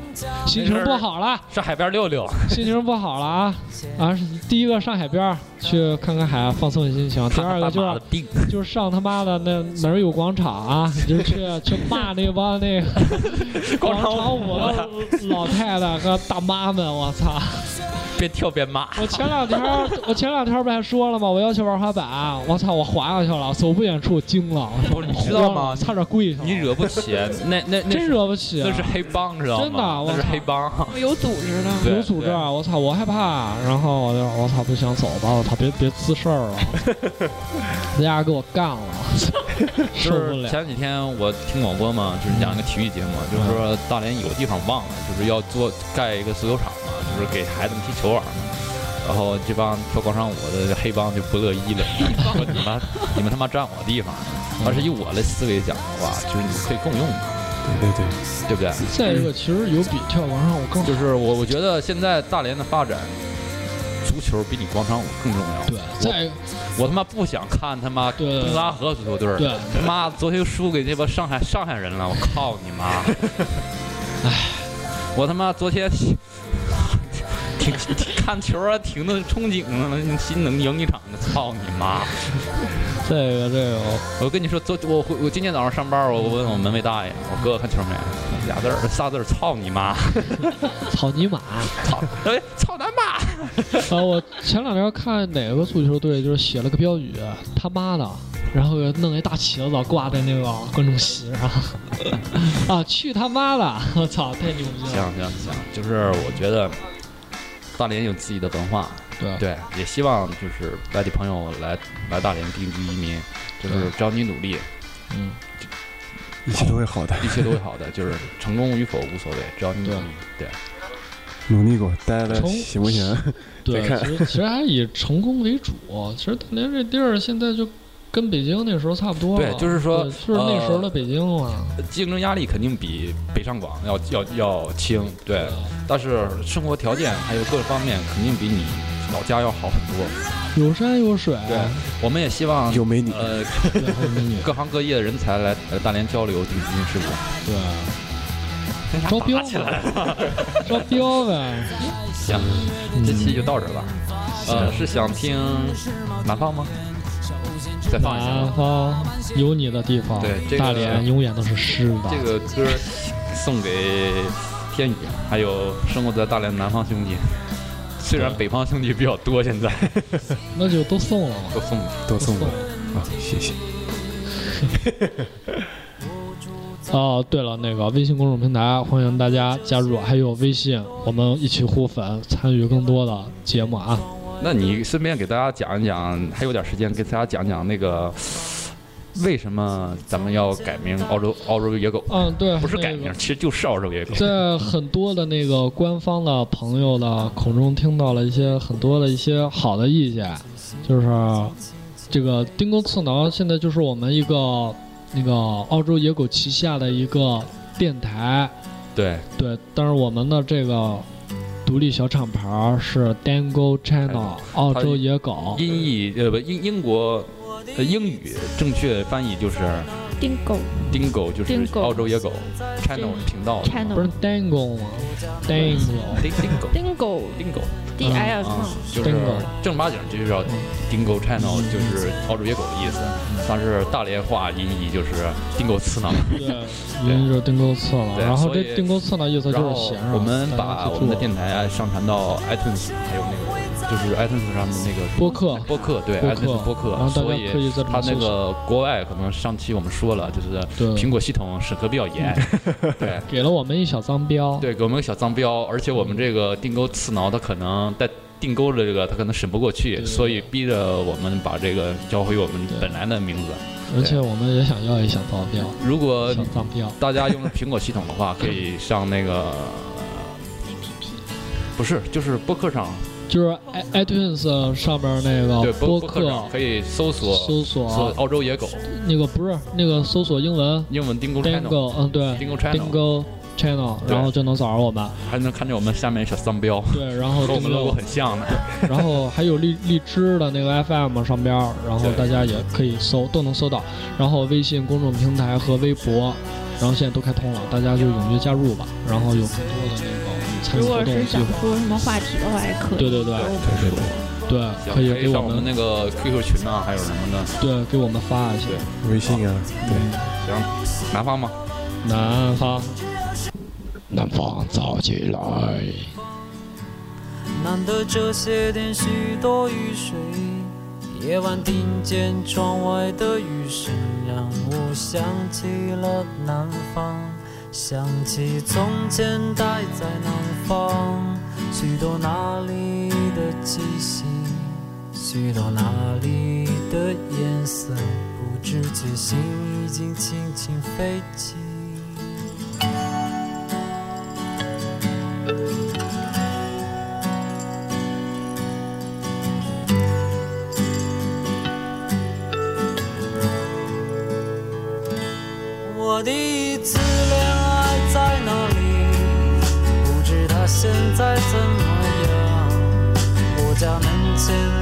Speaker 2: 心情不好了，
Speaker 4: (laughs) 上海边溜溜，
Speaker 2: 心情不好了啊啊！第一个上海边儿去看看海，啊放松心情；第
Speaker 4: 看
Speaker 2: 二
Speaker 4: 看
Speaker 2: 个
Speaker 4: 大
Speaker 2: 就是
Speaker 4: 马的腚。
Speaker 2: 就是上他妈的那哪儿有广场啊，你就去去骂那帮那个
Speaker 4: (laughs) 广场舞
Speaker 2: 舞的
Speaker 4: (laughs)
Speaker 2: 老太太和大妈们，我操！
Speaker 4: 边跳边骂。
Speaker 2: 我前两天儿我前两天儿不还说了吗？我要去玩滑板，我操！我滑下去了，走不远处惊了，
Speaker 4: 不是你知道吗
Speaker 2: 我差点跪下了，
Speaker 4: 你惹不 (laughs) 起，那那那
Speaker 2: 真
Speaker 4: 是
Speaker 2: 惹不起啊，
Speaker 4: 那是黑帮，知道吗？
Speaker 2: 真的啊我
Speaker 4: 那是
Speaker 2: 操
Speaker 4: 黑帮。
Speaker 5: 有组织的。
Speaker 4: 对
Speaker 2: 有组织啊！我操，我害怕。然后我就我操，不行，走吧！我操，别别滋事儿了，
Speaker 4: (laughs)
Speaker 2: 在家给我干了，受
Speaker 4: 就
Speaker 2: 不
Speaker 4: 是
Speaker 2: 了。嗯
Speaker 4: 前几天我听广播嘛，就是讲一个体育节目，就是说大连有地方忘了，就是要做盖一个足球场嘛，就是给孩子们踢球玩嘛。然后这帮跳广场舞的黑帮就不乐意了， (laughs) 说你们你们他妈占我地方。
Speaker 2: 嗯
Speaker 4: 而是以我的思维讲的话，就是你们可以共用嘛，
Speaker 6: 对对对，
Speaker 4: 对不对？
Speaker 2: 再一个，其实有比跳广场舞更好。
Speaker 4: 就是我我觉得现在大连的发展，足球比你广场舞更重要。
Speaker 2: 对，
Speaker 4: 我
Speaker 2: 再一个
Speaker 4: 我他妈不想看他妈
Speaker 2: 对
Speaker 4: 东拉河足球队儿，
Speaker 2: 对
Speaker 4: 他 (laughs) 妈昨天输给这帮上海上海人了，我靠你妈！唉，我他妈昨天挺挺看球啊，挺那憧憬呢，心能赢一场的，操你妈！
Speaker 2: 再一个，这个
Speaker 4: 我跟你说，昨我回我今天早上上班，我我问我门卫大爷，我哥看球没？俩字儿仨字儿，操你妈！ (laughs)
Speaker 2: 草泥马。
Speaker 4: 操，哎，操咱妈！
Speaker 2: 啊，我前两天看哪个足球队就是写了个标语，他妈的，然后弄一大旗子挂在那个观众席上， (laughs) 啊，去他妈的！我操，太牛逼
Speaker 4: 行
Speaker 2: 了！
Speaker 4: 行行，就是我觉得大连有自己的文化，
Speaker 2: 对
Speaker 4: 对，也希望就是外地朋友来来大连定居移民，就是只要你努力，
Speaker 2: 嗯，
Speaker 6: 一切都会好的，
Speaker 4: 一切都会好的，就是成功与否无所谓，只要你努力。对，
Speaker 6: 努力过，待了
Speaker 2: 从
Speaker 6: 行不行？
Speaker 4: 啊
Speaker 6: 再
Speaker 2: 对，其
Speaker 6: 看
Speaker 2: 实其实还以成功为主。其实大连这地儿现在就跟北京那时候差不多了。
Speaker 4: 对就是说呃
Speaker 2: 对就是那时候的北京了。
Speaker 4: 竞争压力肯定比北上广要要要轻，对，但是生活条件还有各方面肯定比你老家要好很多。
Speaker 2: 有山有水，
Speaker 4: 对，我们也希望
Speaker 6: 有美女，
Speaker 4: 呃
Speaker 2: 然后美女，
Speaker 4: 各行各业的人才来来大连交流定居移民事务。
Speaker 2: 对，
Speaker 4: (laughs)
Speaker 2: 招标啊嘛，招标呗。
Speaker 4: 行，这期就到这儿吧。呃，是想听南方吗？再放一下
Speaker 2: 南
Speaker 4: 吧。
Speaker 2: 方有你的地方，
Speaker 4: 对这个
Speaker 2: 大连永远都是湿的。
Speaker 4: 这个歌儿送给天宇，还有生活在大连南方兄弟。虽然北方兄弟比较多，现在
Speaker 2: 那就都送了嘛，
Speaker 4: 都送你。
Speaker 6: 都
Speaker 2: 都
Speaker 6: 送
Speaker 2: 送
Speaker 6: 我啊，
Speaker 2: 了。
Speaker 6: 谢谢。
Speaker 2: 哦，对了，那个微信公众平台欢迎大家加入，还有微信，我们一起互粉，参与更多的节目啊。
Speaker 4: 那你顺便给大家讲一讲，还有点时间，给大家讲讲那个为什么咱们要改名澳洲澳洲野狗？
Speaker 2: 嗯，对，
Speaker 4: 不是改名，
Speaker 2: 那个
Speaker 4: 其实就是澳洲野狗。
Speaker 2: 在很多的那个官方的朋友的口中听到了一些很多的一些好的意见，就是这个丁公刺挠现在就是我们一个那个澳洲野狗旗下的一个电台，
Speaker 4: 对，
Speaker 2: 对，但是我们的这个独立小厂牌儿是 Dango Channel
Speaker 4: 哎
Speaker 2: 澳洲野狗，
Speaker 4: 音译呃不英英国呃英语正确翻译就是
Speaker 5: 丁狗
Speaker 4: 丁狗，就是
Speaker 5: 丁狗
Speaker 4: 澳洲野狗 channel 是频道哦
Speaker 5: channel
Speaker 2: 不是 Dango 吗？Dango
Speaker 4: 丁丁狗
Speaker 5: 丁狗
Speaker 4: 丁狗
Speaker 5: D I F，
Speaker 4: 啊，就
Speaker 2: 丁
Speaker 4: 是
Speaker 2: 狗
Speaker 4: 正儿八经就叫丁狗 channel，就是澳洲野狗的意思，但是大连话音译就是丁狗刺
Speaker 2: 嗯
Speaker 4: 挠。
Speaker 2: 对，人就是丁勾刺了。
Speaker 4: 对
Speaker 2: 然后
Speaker 4: 所
Speaker 2: 这
Speaker 4: 以
Speaker 2: 丁勾刺呢，意思
Speaker 4: 然
Speaker 2: 就
Speaker 4: 后
Speaker 2: 是闲着。
Speaker 4: 我们
Speaker 2: 大家
Speaker 4: 把
Speaker 2: 去
Speaker 4: 我们的
Speaker 2: 做
Speaker 4: 电台上传到 iTunes，还有那个就是 iTunes 上的那个
Speaker 2: 播客
Speaker 4: 播客，对
Speaker 2: 播
Speaker 4: iTunes 播
Speaker 2: 然后
Speaker 4: 客，
Speaker 2: 大
Speaker 4: 所
Speaker 2: 家可
Speaker 4: 以
Speaker 2: 以在里面
Speaker 4: 它那
Speaker 2: 搜索。
Speaker 4: 个国外可能上期我们说了，就是苹
Speaker 2: 对，嗯
Speaker 4: 果系统审核比较严，对。
Speaker 2: 给了我们一小脏标。
Speaker 4: 对，给我们个小脏标，而且我们这个定钩刺挠，它可能在定钩的这个，它可能审不过去，
Speaker 2: 对
Speaker 4: 所以逼着我们把这个交回我们
Speaker 2: 对
Speaker 4: 本来的名字。
Speaker 2: 而且我们也想要一小脏标，
Speaker 4: 如果
Speaker 2: 小脏标。
Speaker 4: 大家用苹果系统的话，可以上那个，不是，就是播客上，
Speaker 2: 就是 i- iTunes 上面那个
Speaker 4: 对哦播
Speaker 2: 播
Speaker 4: 客上
Speaker 2: 客
Speaker 4: 可以搜索
Speaker 2: 搜索
Speaker 4: 澳洲野狗，
Speaker 2: 那个不是那个搜索英文
Speaker 4: 英文定钩 channel，
Speaker 2: Dingo，嗯对
Speaker 4: 定钩 channel，
Speaker 2: ，Dingo Channel，
Speaker 4: 对
Speaker 2: 然后就能找着我们。
Speaker 4: 还能看见我们下面小脏标，
Speaker 2: 对，然后
Speaker 4: 和我 (laughs) 们 logo
Speaker 2: Dingo，
Speaker 4: 很像呢。
Speaker 2: 然后还有荔荔枝的那个 FM 上边儿，然后
Speaker 4: 对
Speaker 2: 大家也可以搜，都能搜到。然后微信公众平台和微博，然后现在都开通了，大家就踊跃加入吧。然后有更多的那个参与
Speaker 5: 如
Speaker 2: 互
Speaker 5: 果
Speaker 2: 动
Speaker 5: 是
Speaker 2: 机
Speaker 5: 想
Speaker 2: 会。
Speaker 5: 说什么话题的话，也可以。
Speaker 2: 对对对
Speaker 6: 对对对。
Speaker 2: 对，
Speaker 4: 行
Speaker 2: 可以给我
Speaker 4: 上我们
Speaker 2: 们
Speaker 4: 那个 QQ 群啊，还有什么的，
Speaker 2: 对给我们发一些。
Speaker 6: 微信啊，
Speaker 4: 南方吗？
Speaker 2: 南方，
Speaker 7: 南方早起来。
Speaker 1: 难得这些天许多雨水，夜晚听见窗外的雨声，让我想起了南方，想起从前待在南方，许多那里的气息，许多那里的颜色，不知觉心已经轻轻飞起。我第一次恋爱在哪里？不知他现在怎么样。我家门前啊